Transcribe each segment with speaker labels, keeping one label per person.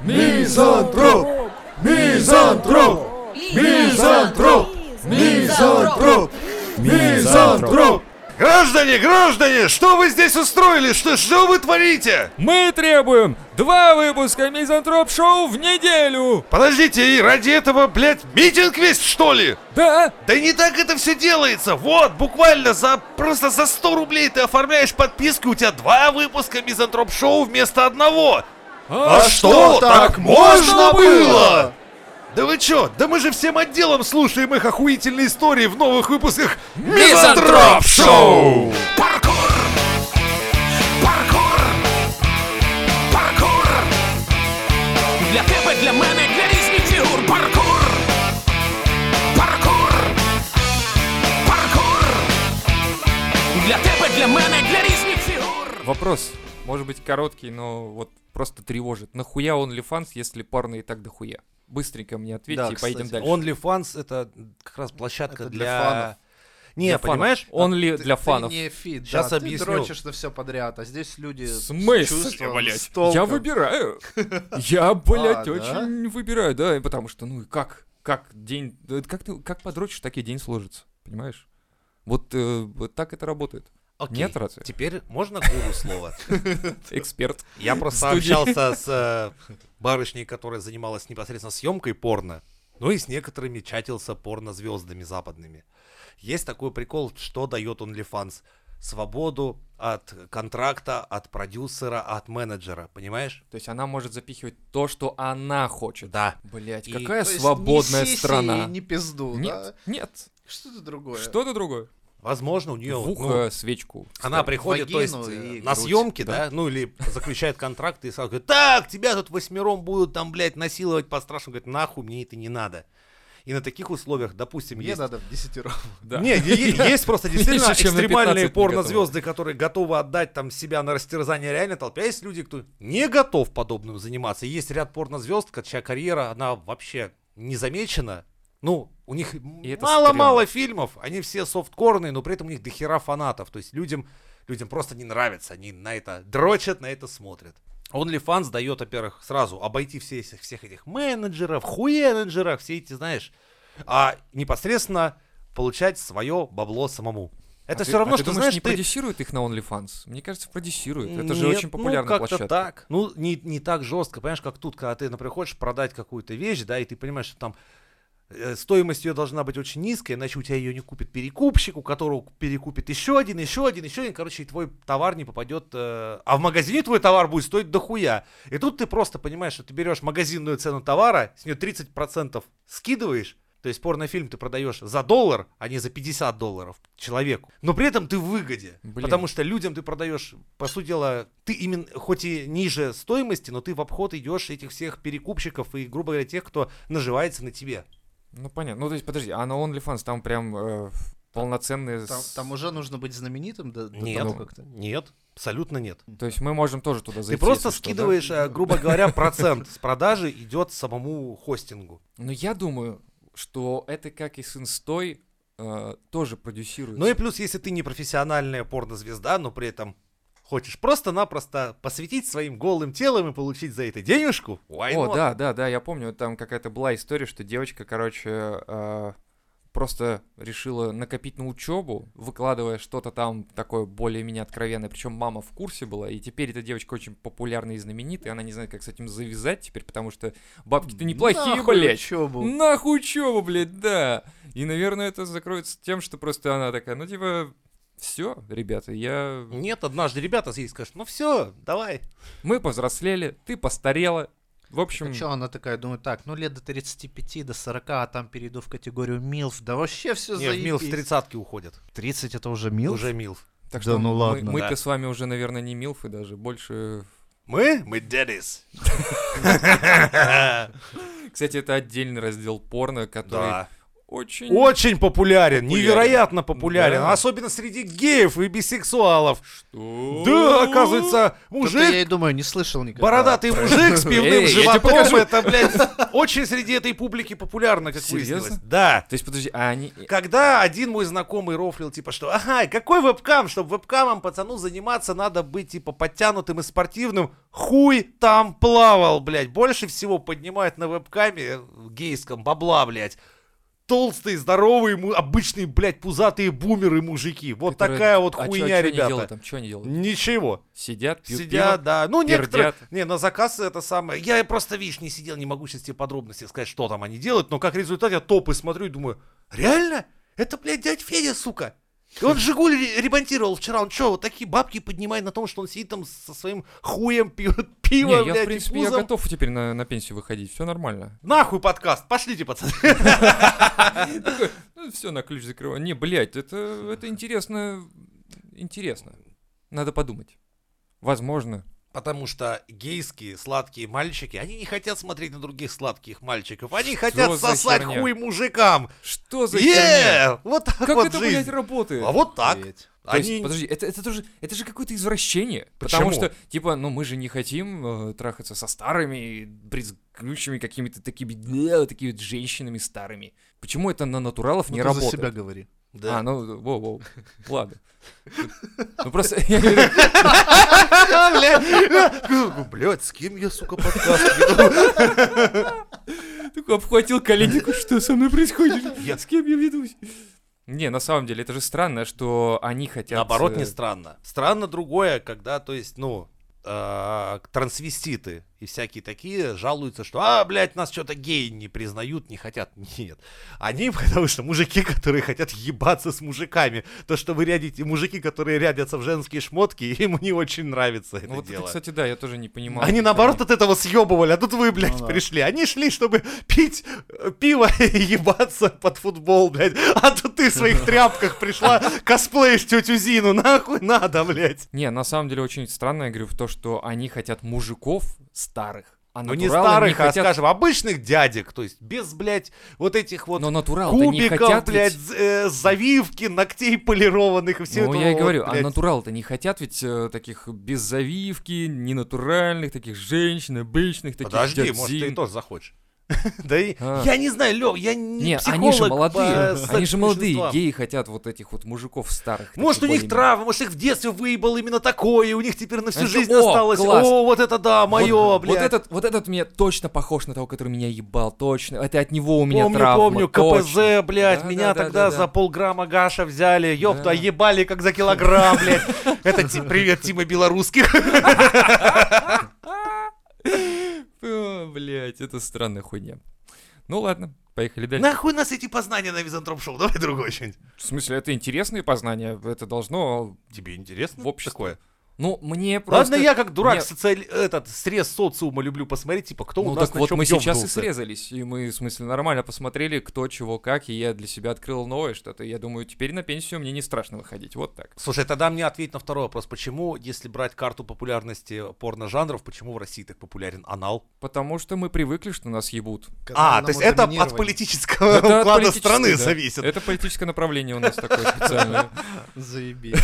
Speaker 1: Мизантроп! Мизантроп! Мизантроп! Мизантроп! Мизантроп!
Speaker 2: Граждане, граждане, что вы здесь устроили? Что, что вы творите?
Speaker 3: Мы требуем два выпуска Мизантроп Шоу в неделю!
Speaker 2: Подождите, и ради этого, блядь, митинг весь, что ли?
Speaker 3: Да?
Speaker 2: Да не так это все делается. Вот, буквально за просто за 100 рублей ты оформляешь подписку, у тебя два выпуска Мизантроп Шоу вместо одного.
Speaker 3: А
Speaker 1: что, так можно было?
Speaker 2: Да вы чё? Да мы же всем отделом слушаем их охуительные истории в новых выпусках
Speaker 3: Мизантроп Шоу!
Speaker 2: Паркур! Паркур! Паркур!
Speaker 4: Для тебе, для мене, для різних фігур паркур. Паркур. Паркур. Для тебе, для мене, для різних фігур.
Speaker 3: Вопрос, может быть, короткий, но вот просто тревожит. Нахуя он лифанс, если порно и так дохуя? Быстренько мне ответьте и поедем
Speaker 5: кстати.
Speaker 3: дальше.
Speaker 5: OnlyFans это как раз площадка
Speaker 1: Это для
Speaker 5: для...
Speaker 1: фанов.
Speaker 5: Не,
Speaker 3: Я понимаю.
Speaker 5: понимаешь?
Speaker 3: Он ли
Speaker 1: Ты-
Speaker 3: для
Speaker 1: ты
Speaker 3: фанов?
Speaker 1: не фит,
Speaker 5: Щас
Speaker 1: да,
Speaker 5: объясню.
Speaker 1: Ты дрочишь на все подряд, а здесь люди с
Speaker 3: Смысл,
Speaker 1: чувством,
Speaker 3: блядь?
Speaker 1: с толком.
Speaker 3: Я выбираю. Я, блядь,
Speaker 1: да?
Speaker 3: очень выбираю, да, и потому что, ну и как, как день, да, как ты, как подрочишь, так и день сложится, понимаешь? Вот, э, вот так это работает.
Speaker 5: А, Окей.
Speaker 3: Нет, разве?
Speaker 5: Теперь можно гуру слово?
Speaker 3: Эксперт.
Speaker 5: Я просто
Speaker 3: Студия.
Speaker 5: общался с э, барышней, которая занималась непосредственно съемкой порно, ну и с некоторыми чатился порно-звездами западными. Есть такой прикол, что дает OnlyFans. Свободу от контракта, от продюсера, от менеджера, понимаешь?
Speaker 3: То есть она может запихивать то, что она хочет.
Speaker 5: Да.
Speaker 3: Блять,
Speaker 5: И-
Speaker 3: какая
Speaker 1: То есть
Speaker 3: свободная
Speaker 1: ни сиси,
Speaker 3: страна.
Speaker 1: ни пизду, да?
Speaker 3: Нет, нет.
Speaker 1: Что-то другое.
Speaker 3: Что-то другое.
Speaker 5: Возможно, у ну, нее...
Speaker 3: В ухо свечку.
Speaker 5: Она приходит, то есть,
Speaker 1: вагину
Speaker 5: э,
Speaker 1: и
Speaker 5: на
Speaker 1: грудь,
Speaker 5: съемки,
Speaker 3: да.
Speaker 5: да. ну или заключает контракт и сразу говорит, так, тебя тут восьмером будут там, блядь, насиловать по страшному, говорит, нахуй мне это не надо. И на таких условиях, допустим,
Speaker 1: Мне
Speaker 5: есть...
Speaker 1: надо в десятером.
Speaker 3: Да.
Speaker 5: Не, е- е- есть просто действительно
Speaker 3: Меньше, чем на 15
Speaker 5: экстремальные
Speaker 3: не
Speaker 5: порнозвезды, которые готовы отдать там себя на растерзание реальной толпе. А есть люди, кто не готов подобным заниматься. И Есть ряд порнозвезд, ко- чья карьера, она вообще не замечена. Ну, у них
Speaker 3: это
Speaker 5: мало-мало фильмов, они все софткорные, но при этом у них дохера фанатов. То есть людям, людям просто не нравится, они на это дрочат, на это смотрят. OnlyFans дает, во-первых, сразу обойти все, эти- всех этих менеджеров, хуенеджеров, все эти, знаешь, а непосредственно получать свое бабло самому. Это
Speaker 3: А
Speaker 5: все
Speaker 3: ты-
Speaker 5: равно,
Speaker 3: а ты
Speaker 5: что,
Speaker 3: думаешь,
Speaker 5: знаешь,
Speaker 3: не
Speaker 5: ты...
Speaker 3: продюсируют их на OnlyFans? Мне кажется, продюсируют. Это же
Speaker 5: Нет,
Speaker 3: очень
Speaker 5: ну,
Speaker 3: популярная
Speaker 5: как-то
Speaker 3: площадка.
Speaker 5: так. Ну, не, не так жестко, понимаешь, как тут, когда ты, например, хочешь продать какую-то вещь, да, и ты понимаешь, что там э, стоимость ее должна быть очень низкая, иначе у тебя ее не купит перекупщик, у которого перекупит еще один, еще один, еще один, короче, и твой товар не попадет, э, а в магазине твой товар будет стоить дохуя. И тут ты просто понимаешь, что ты берешь магазинную цену товара, с нее 30% скидываешь, то есть порнофильм ты продаешь за доллар, а не за 50 долларов человеку. Но при этом ты в выгоде.
Speaker 3: Блин.
Speaker 5: Потому что людям ты продаешь, по сути дела, ты именно, хоть и ниже стоимости, но ты в обход идешь этих всех перекупщиков и, грубо говоря, тех, кто наживается на тебе.
Speaker 3: Ну понятно. Ну то есть подожди, а на OnlyFans там прям э, полноценные...
Speaker 1: Там,
Speaker 3: с-
Speaker 1: там уже нужно быть знаменитым до, до
Speaker 5: Нет,
Speaker 1: того как-то.
Speaker 5: нет, абсолютно нет.
Speaker 3: То есть мы можем тоже туда зайти.
Speaker 5: ты просто
Speaker 3: если что, да?
Speaker 5: скидываешь, э, грубо говоря, процент с продажи идет самому хостингу.
Speaker 3: Но я думаю, что это как и с инстой э, тоже продюсируется.
Speaker 5: Ну и плюс, если ты не профессиональная порнозвезда, но при этом хочешь просто-напросто посвятить своим голым телом и получить за это денежку, why
Speaker 3: О,
Speaker 5: not?
Speaker 3: да, да, да, я помню, там какая-то была история, что девочка, короче, э, просто решила накопить на учебу, выкладывая что-то там такое более-менее откровенное. Причем мама в курсе была, и теперь эта девочка очень популярна и знаменитая. Она не знает, как с этим завязать теперь, потому что бабки-то неплохие,
Speaker 1: Нахуй
Speaker 3: блядь.
Speaker 5: типа,
Speaker 1: учёбу.
Speaker 3: Нахуй учебу, блядь, да. И, наверное, это закроется тем, что просто она такая, ну, типа, все, ребята, я...
Speaker 5: Нет, однажды ребята здесь скажут, ну все, давай.
Speaker 3: Мы повзрослели, ты постарела. В общем,
Speaker 1: А чё она такая, думаю, так, ну лет до 35, до 40, а там перейду в категорию милф, да вообще все
Speaker 5: Не, в Милф в тридцатки уходят.
Speaker 1: 30 это уже милф?
Speaker 5: Уже Милф.
Speaker 3: так
Speaker 1: Да
Speaker 3: что
Speaker 1: ну
Speaker 3: мы-
Speaker 1: ладно.
Speaker 3: мы-то
Speaker 5: Да.
Speaker 3: с вами уже, наверное, не милфы даже, больше...
Speaker 5: Мы? Мы дедис.
Speaker 3: Кстати, это отдельный раздел порно, который
Speaker 5: Да.
Speaker 3: очень...
Speaker 5: Очень популярен, невероятно популярен,
Speaker 3: Да.
Speaker 5: особенно среди геев и бисексуалов.
Speaker 3: Что?
Speaker 5: Да, оказывается,
Speaker 1: Что-то я
Speaker 5: мужик,
Speaker 1: и думаю, не слышал никогда.
Speaker 5: бородатый мужик с
Speaker 3: Эй,
Speaker 5: пивным
Speaker 3: я тебе
Speaker 5: животом,
Speaker 3: покажу.
Speaker 5: это, блядь, очень среди этой публики популярно, как
Speaker 3: Серьезно?
Speaker 5: выяснилось. Да.
Speaker 3: То есть, подожди, а они...
Speaker 5: Когда один мой знакомый рофлил, типа, что, ага, и какой вебкам, чтобы вебкамом пацану заниматься, надо быть, типа, подтянутым и спортивным, хуй там плавал, блядь. Больше всего поднимают на вебкаме э, гейском бабла, блядь. Толстые, здоровые, му- обычные, блядь, пузатые бумеры мужики. Вот
Speaker 3: которые-
Speaker 5: такая вот
Speaker 3: а чё-
Speaker 5: хуйня,
Speaker 3: чё они
Speaker 5: ребята.
Speaker 3: делают там? Что они делают?
Speaker 5: Ничего.
Speaker 3: Сидят, пьют
Speaker 5: Сидят,
Speaker 3: пиво?
Speaker 5: да. Ну, некоторые...
Speaker 3: пердят.
Speaker 5: Не, на заказ это самое. Я просто, видишь, не сидел, не могу сейчас тебе подробности сказать, что там они делают, но как результат я топы смотрю и думаю, реально? Это, блядь, дядь Федя, сука. Он Жигуль ре- ремонтировал вчера, он что, вот такие бабки поднимает на том, что он сидит там со своим хуем пьет пиво,
Speaker 3: Не,
Speaker 5: блядь,
Speaker 3: я, в
Speaker 5: и
Speaker 3: принципе, я
Speaker 5: пузом.
Speaker 3: готов теперь на, на пенсию выходить, все нормально.
Speaker 5: Нахуй подкаст, пошлите, пацаны.
Speaker 3: Ну, все на ключ закрываю. Не, блядь, это, это интересно, интересно. Надо подумать. Возможно.
Speaker 5: Потому что гейские сладкие мальчики, они не хотят смотреть на других сладких мальчиков, они хотят
Speaker 3: за
Speaker 5: сосать
Speaker 3: херня?
Speaker 5: хуй мужикам.
Speaker 3: Что за херня?
Speaker 5: Е, вот так
Speaker 3: Как
Speaker 5: вот
Speaker 3: это,
Speaker 5: жизнь.
Speaker 3: блядь, работает?
Speaker 5: А вот так.
Speaker 1: Ведь.
Speaker 3: Э, То есть,
Speaker 5: Они-
Speaker 3: подожди, это, это тоже, это же какое-то извращение.
Speaker 5: Почему?
Speaker 3: Потому что, типа, ну мы же не хотим э, трахаться со старыми, брезгующими какими-то такими, э, такими вот женщинами старыми. Почему это на натуралов
Speaker 1: Ну,
Speaker 3: не
Speaker 1: ты
Speaker 3: работает?
Speaker 1: за себя говори.
Speaker 5: Да.
Speaker 3: А, ну, воу, воу, ладно. Ну просто, я говорю,
Speaker 5: Блять, с кем я, сука, подкаст?
Speaker 3: такой обхватил колени, такой, что со мной происходит?
Speaker 5: Я-
Speaker 3: С кем я ведусь? Не, на самом деле, это же странно, что они хотят...
Speaker 5: Наоборот,
Speaker 3: э,
Speaker 5: не странно. Странно другое, когда, то есть, ну, э, трансвеститы и всякие такие жалуются, что, а, блядь, нас что-то геи не признают, не хотят. Нет. Они, потому что мужики, которые хотят ебаться с мужиками, то, что вы рядите, мужики, которые рядятся в женские шмотки, им не очень нравится это
Speaker 3: ну, вот это,
Speaker 5: дело.
Speaker 3: кстати, да, я тоже не понимал.
Speaker 5: Они
Speaker 3: как
Speaker 5: наоборот от этого съебывали, а тут вы, блядь,
Speaker 1: да.
Speaker 5: пришли. Они шли, чтобы пить э, пиво и ебаться под футбол, блядь. А тут ты в своих тряпках пришла, косплеишь тетю Зину, нахуй надо, блядь.
Speaker 3: Не, на самом деле очень странно, я говорю, в то, что они хотят мужиков старых, а
Speaker 5: Ну не
Speaker 3: натуралы
Speaker 5: старых, а
Speaker 3: хотят...
Speaker 5: скажем, обычных дядек, то есть без, блядь, вот этих вот
Speaker 3: Но натурал не
Speaker 5: кубиков,
Speaker 3: хотят ведь-
Speaker 5: блядь, з- э, завивки, ногтей полированных и все
Speaker 3: ну, я и говорю, а натурал-то не хотят ведь э, таких без завивки, ненатуральных, таких женщин, обычных, таких
Speaker 5: Подожди,
Speaker 3: дядь
Speaker 5: может, ты
Speaker 3: Зин.
Speaker 5: и тоже захочешь. Да и...
Speaker 3: А.
Speaker 5: Я не знаю, Лёв, я не
Speaker 3: Не, они
Speaker 5: психолог
Speaker 3: же
Speaker 5: по
Speaker 3: молодые, они же молодые,
Speaker 5: сексуальным
Speaker 3: геи хотят вот этих вот мужиков старых.
Speaker 5: Может, у
Speaker 3: таких более-менее.
Speaker 5: них травма, может, их в детстве выебал именно такое, и у них теперь на всю
Speaker 3: Это-
Speaker 5: жизнь
Speaker 3: о,
Speaker 5: осталось.
Speaker 3: класс.
Speaker 5: О, вот это да, мое,
Speaker 3: вот,
Speaker 5: блядь.
Speaker 3: Вот этот, вот этот мне точно похож на того, который меня ебал, точно. Это от него у меня
Speaker 5: помню,
Speaker 3: травма,
Speaker 5: помню, КПЗ,
Speaker 3: точно.
Speaker 5: блядь,
Speaker 3: Да,
Speaker 5: меня
Speaker 3: да, да,
Speaker 5: тогда
Speaker 3: да,
Speaker 5: за
Speaker 3: да.
Speaker 5: полграмма Гаша взяли, ёпта,
Speaker 3: Да.
Speaker 5: ебали как за килограмм, блядь. Это Ти- привет, Тима Белорусских.
Speaker 3: О, блядь, это странная хуйня. Ну ладно, поехали дальше.
Speaker 5: Нахуй нас эти познания на Византроп Шоу, давай другое что-нибудь.
Speaker 3: В смысле, это интересные познания, это должно...
Speaker 5: Тебе интересно
Speaker 3: В обществе.
Speaker 5: такое?
Speaker 3: Ну, мне просто...
Speaker 5: Ладно, я как дурак
Speaker 3: Нет.
Speaker 5: социаль- этот срез социума люблю посмотреть, типа, кто у
Speaker 3: Ну
Speaker 5: нас
Speaker 3: так
Speaker 5: на
Speaker 3: вот
Speaker 5: чём
Speaker 3: мы сейчас и
Speaker 5: ёбнулся.
Speaker 3: срезались, и мы, в смысле, нормально посмотрели, кто, чего, как, и я для себя открыл новое что-то. Я думаю, теперь на пенсию мне не страшно выходить, вот так.
Speaker 5: Слушай, тогда мне ответь на второй вопрос. Почему, если брать карту популярности порно-жанров, почему в России так популярен анал?
Speaker 3: Потому что мы привыкли, что нас ебут.
Speaker 5: А, то есть это от
Speaker 1: политики.
Speaker 5: политического
Speaker 3: Это от
Speaker 5: уклада
Speaker 3: политической,
Speaker 5: страны
Speaker 3: да. Э,
Speaker 5: зависит.
Speaker 3: Это политическое направление у нас такое специальное.
Speaker 1: Заебись.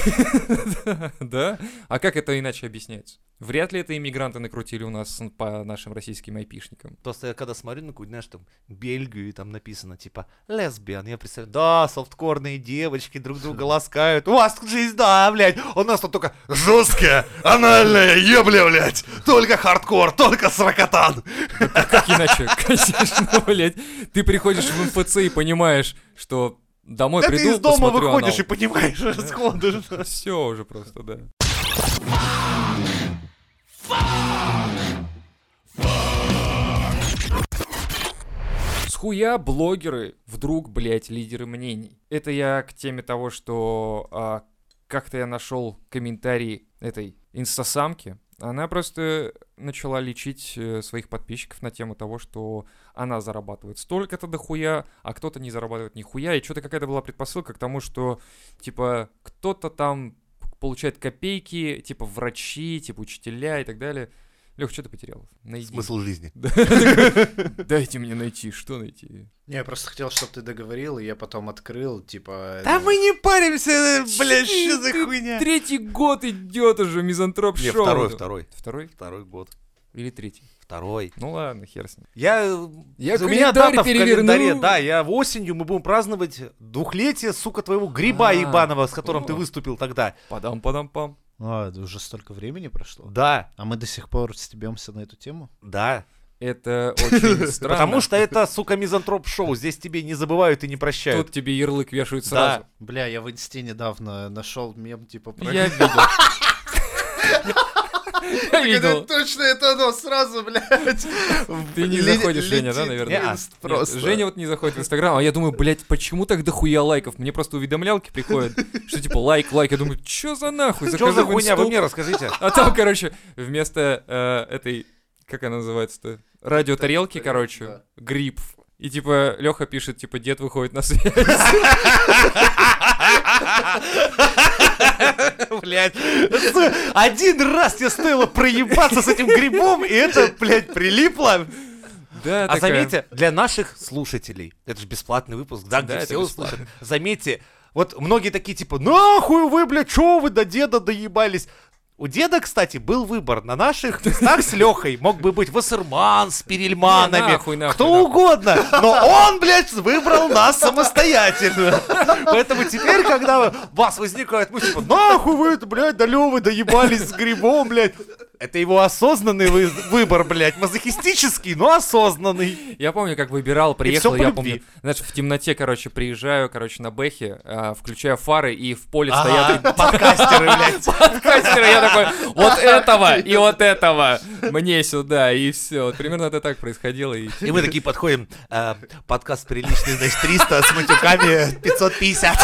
Speaker 3: Да? А как это иначе объясняется? Вряд ли это иммигранты накрутили у нас по нашим российским айпишникам.
Speaker 5: Просто я когда смотрю на какую-нибудь, знаешь, там, Бельгию, и там написано, типа, лесбиян, я представляю, да, софткорные девочки друг друга ласкают, у вас тут жизнь, да, блядь, у нас тут только жесткая, анальная, ебля, блядь, только хардкор, только сракотан.
Speaker 3: Как иначе? Конечно, блядь. Ты приходишь в МФЦ и понимаешь, что домой
Speaker 5: Да
Speaker 3: приду,
Speaker 5: ты из дома
Speaker 3: посмотрю
Speaker 5: выходишь и
Speaker 3: анал.
Speaker 5: понимаешь сходу, что-
Speaker 3: Все уже просто, да. Схуя блогеры вдруг, блядь, лидеры мнений. Это я к теме того, что а, как-то я нашел комментарий этой инстасамки. Она просто начала лечить э, своих подписчиков на тему того, что она зарабатывает столько-то дохуя, а кто-то не зарабатывает нихуя. И что-то какая-то была предпосылка к тому, что типа, кто-то там получает копейки, типа, врачи, типа, учителя и так далее. Лех, что ты потерял? Найди.
Speaker 5: Смысл жизни.
Speaker 3: Дайте мне найти, что найти?
Speaker 6: Не, я просто хотел, чтобы ты договорил, и я потом открыл, типа...
Speaker 1: Да
Speaker 6: это-
Speaker 1: мы не паримся, э, блядь,
Speaker 3: Ты-
Speaker 1: что за
Speaker 3: ты
Speaker 5: Э.
Speaker 1: хуйня?
Speaker 3: Третий год идет уже мизантроп
Speaker 5: Не,
Speaker 3: шоу.
Speaker 5: второй, второй.
Speaker 3: Второй
Speaker 5: Второй год.
Speaker 3: или третий?
Speaker 5: Второй.
Speaker 3: Ну ладно, хер с ним.
Speaker 5: Я,
Speaker 3: Я
Speaker 5: у меня
Speaker 3: календарь
Speaker 5: дата в
Speaker 3: переверну.
Speaker 5: календаре, да, я в осенью мы будем праздновать двухлетие, сука, твоего гриба
Speaker 3: А,
Speaker 5: ебаного, с которым ты
Speaker 3: о.
Speaker 5: выступил тогда.
Speaker 3: Падам-падам-пам.
Speaker 1: А, да уже столько времени прошло.
Speaker 5: Да,
Speaker 1: А мы до сих пор стебемся на эту тему?
Speaker 5: да.
Speaker 3: Это очень странно.
Speaker 5: Потому что это, сука, мизантроп-шоу, здесь тебе не забывают и не прощают.
Speaker 3: Тут тебе ярлык вешают
Speaker 5: Да.
Speaker 3: сразу.
Speaker 1: Бля, я в инсте недавно нашел мем, типа, про...
Speaker 3: Я видел. Я
Speaker 1: Это
Speaker 3: видел.
Speaker 1: точно это оно, сразу, блядь.
Speaker 3: Ты не
Speaker 1: Ле-
Speaker 3: заходишь, Женя, да,
Speaker 1: летит
Speaker 3: наверное?
Speaker 1: инст Просто.
Speaker 3: Нет, Женя вот не заходит в Инстаграм, а я думаю, блядь, почему так дохуя лайков? Мне просто уведомлялки приходят, что типа лайк, лайк. Я думаю, чё за нахуй?
Speaker 5: Что за
Speaker 3: Захожу в
Speaker 5: хуйня, вы
Speaker 3: Инсту,
Speaker 5: мне расскажите.
Speaker 3: А там, короче, вместо э, этой, как она называется-то, радиотарелки, короче,
Speaker 1: да.
Speaker 3: гриб. И типа Леха пишет, типа, дед выходит на связь.
Speaker 5: Блядь. Один раз тебе стоило проебаться с этим грибом, и это, блядь, прилипло.
Speaker 3: Да,
Speaker 5: А
Speaker 3: такая.
Speaker 5: заметьте, для наших слушателей, это же бесплатный выпуск, да, где
Speaker 3: Да, это
Speaker 5: все услышат. Заметьте, вот многие такие типа, нахуй вы, бля, чё вы до деда доебались? У деда, кстати, был выбор на наших местах с Лехой. Мог бы быть Вассерман с Перельманами,
Speaker 3: Не, нахуй, нахуй,
Speaker 5: кто
Speaker 3: нахуй.
Speaker 5: угодно. Но он, блядь, выбрал нас самостоятельно. Поэтому теперь, когда у вас возникает мысль, типа, нахуй вы, это, блядь, да Лёвы доебались с грибом, блядь. Это его осознанный вы- выбор, блядь, мазохистический, но осознанный.
Speaker 3: Я помню, как выбирал,
Speaker 5: всё
Speaker 3: приехал,
Speaker 5: по
Speaker 3: я
Speaker 5: любви.
Speaker 3: помню, знаешь, в темноте, короче, приезжаю, короче, на Бэхе, а, включаю фары, и в поле стоят
Speaker 5: Ага, подкастеры, блядь.
Speaker 3: подкастеры, я такой, вот этого и вот этого мне сюда, и все. Примерно это так происходило. И...
Speaker 5: И мы такие подходим, э, подкаст приличный, значит, 300, с матюками 550.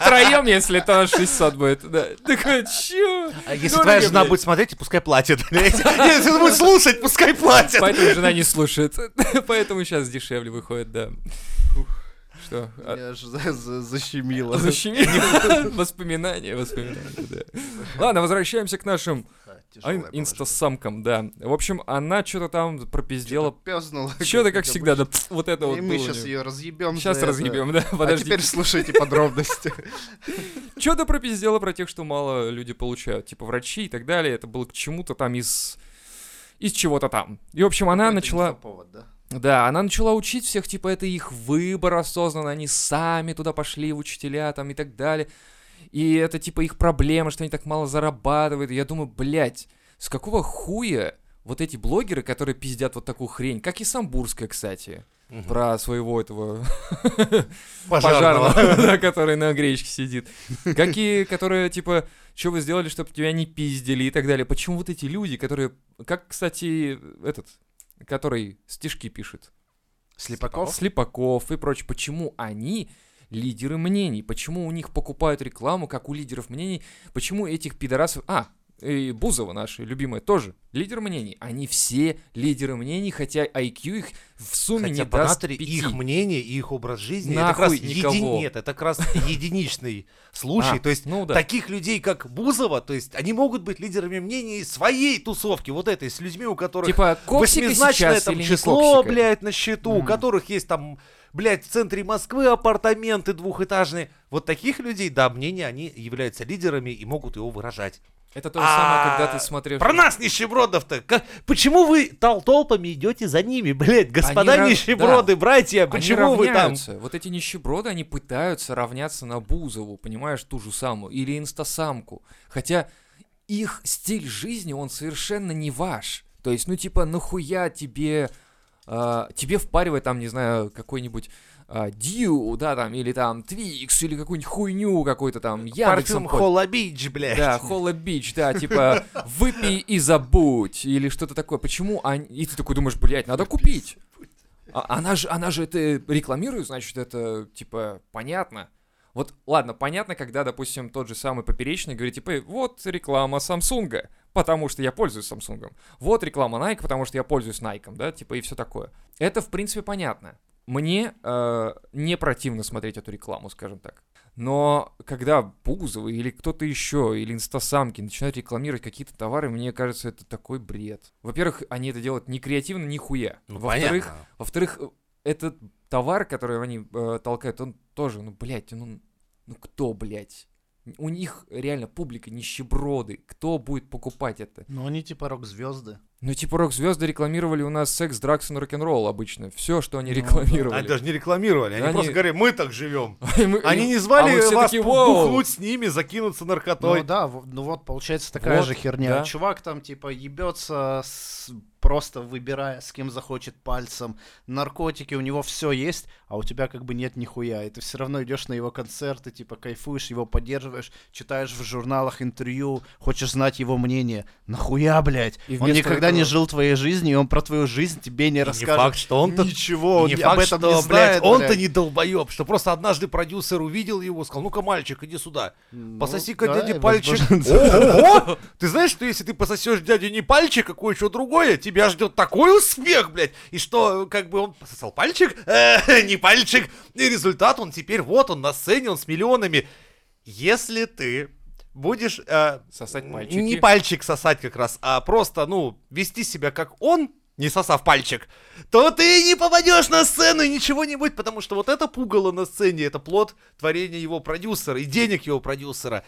Speaker 3: Втроем, если то 600 будет. Да. Такой, чё?
Speaker 5: А Если
Speaker 3: Ну,
Speaker 5: твоя
Speaker 3: не,
Speaker 5: жена
Speaker 3: блядь.
Speaker 5: будет смотреть, пускай платит. блядь. Если она будет слушать, пускай платит.
Speaker 3: Поэтому жена не слушает. Поэтому сейчас дешевле выходит, да. Что? А-
Speaker 1: Меня аж за- за- защемило.
Speaker 3: защемило? Воспоминания, воспоминания, да. Ладно, возвращаемся к нашим
Speaker 1: Тяжелое
Speaker 3: а ин-
Speaker 1: положение.
Speaker 3: инстасамкам, да. В общем, она что-то там пропиздела.
Speaker 1: Пёзнула,
Speaker 3: Что-то, как всегда, да, пф, вот это
Speaker 1: обычно.
Speaker 3: вот
Speaker 1: И мы
Speaker 3: было у
Speaker 1: сейчас
Speaker 3: неё.
Speaker 1: ее разъебем.
Speaker 3: Сейчас разъебем, да,
Speaker 1: А
Speaker 3: подожди.
Speaker 1: теперь слушайте подробности.
Speaker 3: Что-то пропиздела про тех, что мало люди получают, типа врачи и так далее. Это было к чему-то там из... Из чего-то там. И, в общем, она
Speaker 1: Это
Speaker 3: начала...
Speaker 1: инфоповод, да?
Speaker 3: Да, она начала учить всех, типа, это их выбор осознанно, они сами туда пошли, в учителя там и так далее. И это, типа, их проблема, что они так мало зарабатывают. И я думаю, блядь, с какого хуя вот эти блогеры, которые пиздят вот такую хрень, как и Самбурская, кстати,
Speaker 5: Мгм.
Speaker 3: про своего этого пожарного,
Speaker 5: Пожарного.
Speaker 3: да, который на гречке сидит. Какие, которые, типа, что вы сделали, чтобы тебя не пиздили и так далее. Почему вот эти люди, которые... Как, кстати, этот, который стишки пишет.
Speaker 1: Слепаков?
Speaker 3: Слепаков и прочее. Почему они лидеры мнений? Почему у них покупают рекламу, как у лидеров мнений? Почему этих пидорасов... А, и Бузова наша любимая тоже лидер мнений. Они все лидеры мнений, хотя IQ их в сумме
Speaker 5: Хотя
Speaker 3: не даст
Speaker 5: понатри
Speaker 3: пяти.
Speaker 5: их мнение и их образ жизни, это как
Speaker 3: Нахуй
Speaker 5: раз един-
Speaker 3: никого.
Speaker 5: нет, это как раз единичный случай.
Speaker 3: А,
Speaker 5: То есть
Speaker 3: ну да.
Speaker 5: таких людей, как Бузова, то есть они могут быть лидерами мнений своей тусовки, вот этой, с людьми, у которых
Speaker 3: Типа, коксика
Speaker 5: восьмизначное
Speaker 3: сейчас
Speaker 5: там
Speaker 3: или не
Speaker 5: число,
Speaker 3: коксика?
Speaker 5: блядь, на счету, у
Speaker 3: Мгм.
Speaker 5: которых есть там, блядь, в центре Москвы апартаменты двухэтажные. Вот таких людей, да, мнения, они являются лидерами и могут его выражать.
Speaker 3: Это то же самое, когда
Speaker 5: А,
Speaker 3: ты смотришь...
Speaker 5: Про нас, нищебродов-то! Как- Почему вы тол- толпами идете за ними, блядь, господа
Speaker 3: Они рав-
Speaker 5: нищеброды, братья,
Speaker 3: Они
Speaker 5: почему вы там?
Speaker 3: равняются. Вот эти нищеброды, они пытаются равняться на Бузову, понимаешь, ту же самую, или инстасамку. Хотя их стиль жизни, он совершенно не ваш. То есть, ну, типа, нахуя тебе... э, тебе впаривает там, не знаю, какой-нибудь э, Дью, да, там, или там Твикс, или какую-нибудь хуйню какой-то там, Яндексом
Speaker 5: Парфюм
Speaker 3: пользуется.
Speaker 5: Холобич, блядь.
Speaker 3: Да, Холла Бич, да, типа выпей и забудь или что-то такое. Почему они? И ты такой думаешь, блядь, надо купить. А- она же, она же это рекламирует, значит, это типа понятно. Вот, ладно, понятно, когда, допустим, тот же самый поперечный говорит, типа, вот реклама Самсунга, потому что я пользуюсь Самсунгом. Вот реклама Nike, потому что я пользуюсь Nike, да, типа, и все такое. Это, в принципе, понятно. Мне э, не противно смотреть эту рекламу, скажем так. Но когда Бузовы или кто-то еще, или инстасамки начинают рекламировать какие-то товары, мне кажется, это такой бред. Во-первых, они это делают не креативно, ни хуя.
Speaker 5: Ну,
Speaker 3: Во-вторых,
Speaker 5: понятно.
Speaker 3: во-вторых, э, этот товар, который они э, толкают, он тоже, ну, блядь, ну, ну кто, блядь? У них реально публика нищеброды. Кто будет покупать это?
Speaker 1: Ну, они типа рок-звезды.
Speaker 3: Ну, типа рок-звезды рекламировали у нас секс, дракс и рок-н-ролл обычно. Все, что они
Speaker 1: Ну, да.
Speaker 3: рекламировали.
Speaker 5: Они даже не рекламировали, они,
Speaker 3: Они-
Speaker 5: просто говорили, мы так живем.
Speaker 3: И мы-
Speaker 5: Они
Speaker 3: и-
Speaker 5: не звали
Speaker 3: а мы все
Speaker 5: вас
Speaker 3: такие, «Воу».
Speaker 5: бухнуть с ними, закинуться наркотой.
Speaker 1: Ну да, в- ну вот получается такая
Speaker 3: Вот,
Speaker 1: же херня.
Speaker 3: да.
Speaker 1: Чувак там типа ебется, с- просто выбирая, с кем захочет пальцем. Наркотики, у него все есть, а у тебя как бы нет нихуя. И ты все равно идешь на его концерты, типа кайфуешь, его поддерживаешь, читаешь в журналах интервью, хочешь знать его мнение. Нахуя, блядь?
Speaker 3: И
Speaker 1: он
Speaker 3: вместо
Speaker 1: никогда не
Speaker 3: этого-
Speaker 1: жил твоей жизнью, и он про твою жизнь тебе не
Speaker 5: И Не
Speaker 1: расскажет.
Speaker 5: факт, что он-то
Speaker 1: Ничего, он
Speaker 5: не
Speaker 1: не-
Speaker 5: факт,
Speaker 1: об этом
Speaker 5: что,
Speaker 1: не знает.
Speaker 5: блядь, он-то
Speaker 1: блядь.
Speaker 5: не долбоеб, что просто однажды продюсер увидел его, сказал, ну-ка, мальчик, иди сюда,
Speaker 1: Ну,
Speaker 5: пососи-ка
Speaker 1: да,
Speaker 5: дяде
Speaker 1: и
Speaker 5: пальчик.
Speaker 1: возможно,
Speaker 5: Ого! Ты знаешь, что если ты пососешь дяде не пальчик, а кое-что другое, тебя ждет такой успех, блядь, и что, как бы он пососал пальчик, э, не пальчик, и результат он теперь, вот он на сцене, он с миллионами. Если ты будешь э,
Speaker 3: Сосать пальчики.
Speaker 5: не пальчик сосать как раз, а просто, ну, вести себя как он, не сосав пальчик, то ты не попадешь на сцену и ничего не будет, потому что вот это пугало на сцене, это плод творения его продюсера и денег его продюсера.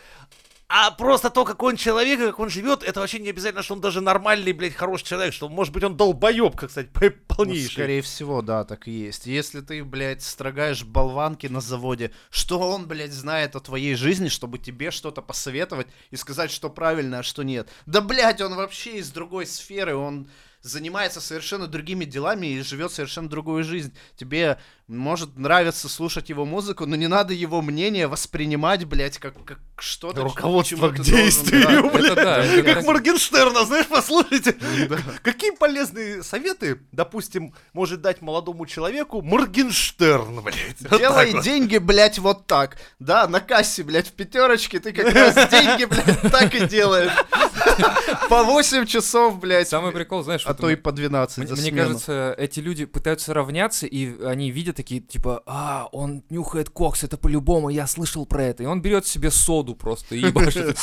Speaker 5: А просто то, как он человек, и как он живет, это вообще не обязательно, что он даже нормальный, блядь, хороший человек, что, может быть, он долбоеб, как, кстати, по-
Speaker 1: Ну,
Speaker 5: полнейший.
Speaker 1: скорее всего, да, так и есть. Если ты, блядь, строгаешь болванки на заводе, что он, блядь, знает о твоей жизни, чтобы тебе что-то посоветовать и сказать, что правильно, а что нет? Да, блядь, он вообще из другой сферы, он занимается совершенно другими делами и живет совершенно другую жизнь. Тебе может нравится слушать его музыку, но не надо его мнение воспринимать, блядь, как, как что-то.
Speaker 5: Руководство
Speaker 1: чему ты
Speaker 5: к
Speaker 1: должен, да.
Speaker 5: действию, блядь.
Speaker 3: Это да, это
Speaker 5: Как
Speaker 3: да.
Speaker 5: Моргенштерна, знаешь, послушайте. К- Какие полезные советы, допустим, может дать молодому человеку Моргенштерн, блядь? Вот так
Speaker 1: Делай
Speaker 5: вот.
Speaker 1: деньги, блядь, вот так. Да, на кассе, блядь, в пятерочке ты как раз деньги, блядь, так и делаешь. По 8 часов, блядь,
Speaker 3: Самый прикол, знаешь,
Speaker 1: а
Speaker 3: вот
Speaker 1: то
Speaker 3: мы-
Speaker 1: и по 12
Speaker 3: Мне,
Speaker 1: за
Speaker 3: мне
Speaker 1: смену.
Speaker 3: кажется, эти люди пытаются равняться, и они видят такие, типа, а, он нюхает кокс, это по-любому, я слышал про это. И он берет себе соду просто и ебашит. Е,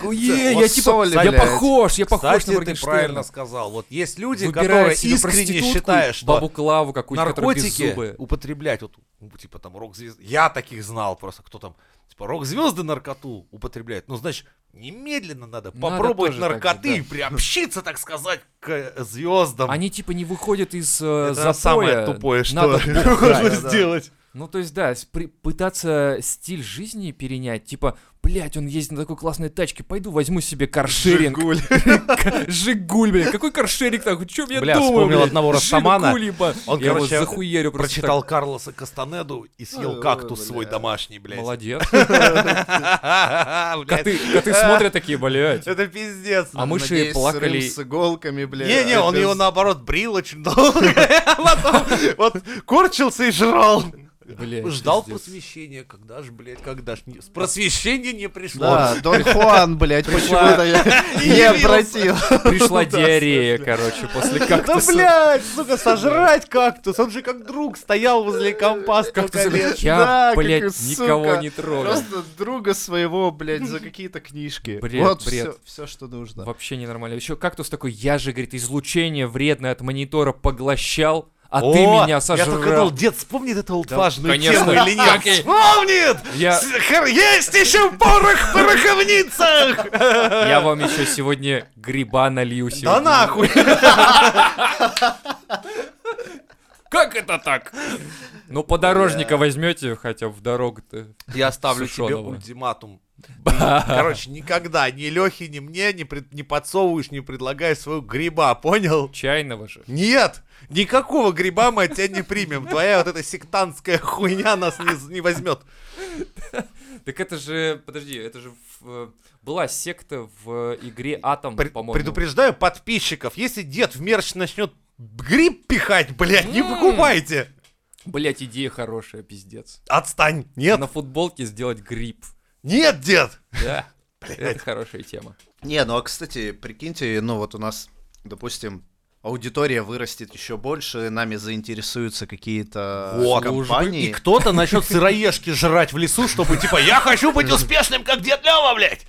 Speaker 1: Вот
Speaker 3: я типа,
Speaker 1: соли,
Speaker 3: я
Speaker 1: блядь.
Speaker 3: похож, я похож на
Speaker 5: Кстати, ты
Speaker 3: Моргенштерна».
Speaker 5: правильно сказал. Вот есть люди,
Speaker 3: Выбирает
Speaker 5: которые
Speaker 3: себе
Speaker 5: искренне
Speaker 3: проститутку,
Speaker 5: считают,
Speaker 3: бабу
Speaker 5: что
Speaker 3: Клаву какую-то, которая
Speaker 5: наркотики
Speaker 3: беззубая.
Speaker 5: употреблять, вот, ну, типа там рок-звезды, я таких знал просто, кто там, типа рок-звезды наркоту употребляют, ну, значит, немедленно надо
Speaker 3: Надо
Speaker 5: попробовать
Speaker 3: тоже так же,
Speaker 5: наркоты и приобщиться, так сказать, к звездам.
Speaker 3: Они типа не выходят из э,
Speaker 5: Это
Speaker 3: запоя.
Speaker 5: самое тупое, что
Speaker 3: Надо
Speaker 5: можно
Speaker 1: да, да.
Speaker 5: сделать.
Speaker 3: Ну, то есть, да, с- при- пытаться стиль жизни перенять, типа, блядь, он ездит на такой классной тачке, пойду возьму себе каршеринг. Жигуль. Жигуль, блядь, какой каршеринг так? Чё я
Speaker 5: Бля,
Speaker 3: думаю,
Speaker 5: вспомнил
Speaker 3: блядь?
Speaker 5: одного Росомана.
Speaker 3: Жигуль, еба.
Speaker 5: Он,
Speaker 3: Я его
Speaker 5: короче,
Speaker 3: захуярю просто
Speaker 5: Прочитал Карлоса Кастанеду и съел
Speaker 1: Ой,
Speaker 5: кактус свой
Speaker 1: бля.
Speaker 5: домашний,
Speaker 3: так.
Speaker 5: блядь.
Speaker 3: Молодец. А
Speaker 5: Блядь.
Speaker 3: Коты, коты смотрят такие, блядь.
Speaker 5: Это пиздец.
Speaker 3: А мыши
Speaker 1: Надеюсь,
Speaker 3: плакали.
Speaker 1: Рым с иголками, блядь. а
Speaker 5: Не-не, он
Speaker 1: без-
Speaker 5: его наоборот брил очень долго. А Потом вот корчился и жрал.
Speaker 3: Блядь,
Speaker 5: Ждал
Speaker 3: пиздец.
Speaker 5: просвещения. Когда ж, блядь, когда ж? не- Просвещение не пришло.
Speaker 1: Да, Дон Хуан, блядь, почему-то я не
Speaker 5: явился.
Speaker 1: обратил.
Speaker 3: Пришла
Speaker 1: Ну Да,
Speaker 3: диарея, короче, после
Speaker 5: Да,
Speaker 3: кактуса.
Speaker 5: блядь, сука, сожрать кактус. Он же как друг стоял возле компа с
Speaker 3: Кактус,
Speaker 5: кактусом.
Speaker 3: блядь,
Speaker 1: ну, Да,
Speaker 3: Я,
Speaker 1: как и
Speaker 3: блядь,
Speaker 1: сука.
Speaker 3: никого не трогал.
Speaker 1: Просто друга своего, блядь, за какие-то книжки.
Speaker 3: Бред,
Speaker 1: вот
Speaker 3: бред.
Speaker 1: Все, что нужно.
Speaker 3: Вообще ненормально. Еще кактус такой, я же, говорит, излучение вредное от монитора поглощал, а ты
Speaker 5: О,
Speaker 3: меня
Speaker 5: Я только думал,
Speaker 3: сожрал.
Speaker 5: дед вспомнит эту олдфажную
Speaker 3: конечно.
Speaker 5: тему или нет?
Speaker 3: Как и-
Speaker 5: Вспомнит!
Speaker 3: Я,
Speaker 5: С- хер- Есть еще порох в пороховницах!
Speaker 3: я вам еще сегодня гриба налью
Speaker 5: Да
Speaker 3: сегодня.
Speaker 5: нахуй!
Speaker 3: Как это так? Ну, подорожника возьмете хотя бы в дорогу-то.
Speaker 5: Я ставлю тебе
Speaker 3: Сушеного.
Speaker 5: ультиматум. Короче, никогда ни Лехе, ни мне не, пред- не подсовываешь, не предлагаешь своего гриба, понял?
Speaker 3: Чайного же.
Speaker 5: Нет! Никакого гриба мы от тебя не примем. Твоя вот эта сектантская хуйня нас не, не возьмет.
Speaker 3: Так это же, подожди, это же в, э, была секта в э, игре Атом,
Speaker 5: Пре-
Speaker 3: по-моему.
Speaker 5: Предупреждаю подписчиков, если дед в мерч начнет гриб пихать, блядь, не
Speaker 3: М.
Speaker 5: покупайте!
Speaker 3: Блять, идея хорошая, пиздец.
Speaker 5: Отстань! Нет!
Speaker 3: На футболке сделать гриб.
Speaker 5: Нет, дед!
Speaker 3: Да. Это хорошая тема.
Speaker 1: Не, ну а кстати, прикиньте, ну вот у нас, допустим, аудитория вырастет еще больше, нами заинтересуются какие-то
Speaker 5: Вот.
Speaker 1: компании.
Speaker 5: ну И кто-то начнет сыроежки жрать в лесу, чтобы типа я хочу быть успешным, как дед Лёва, блядь.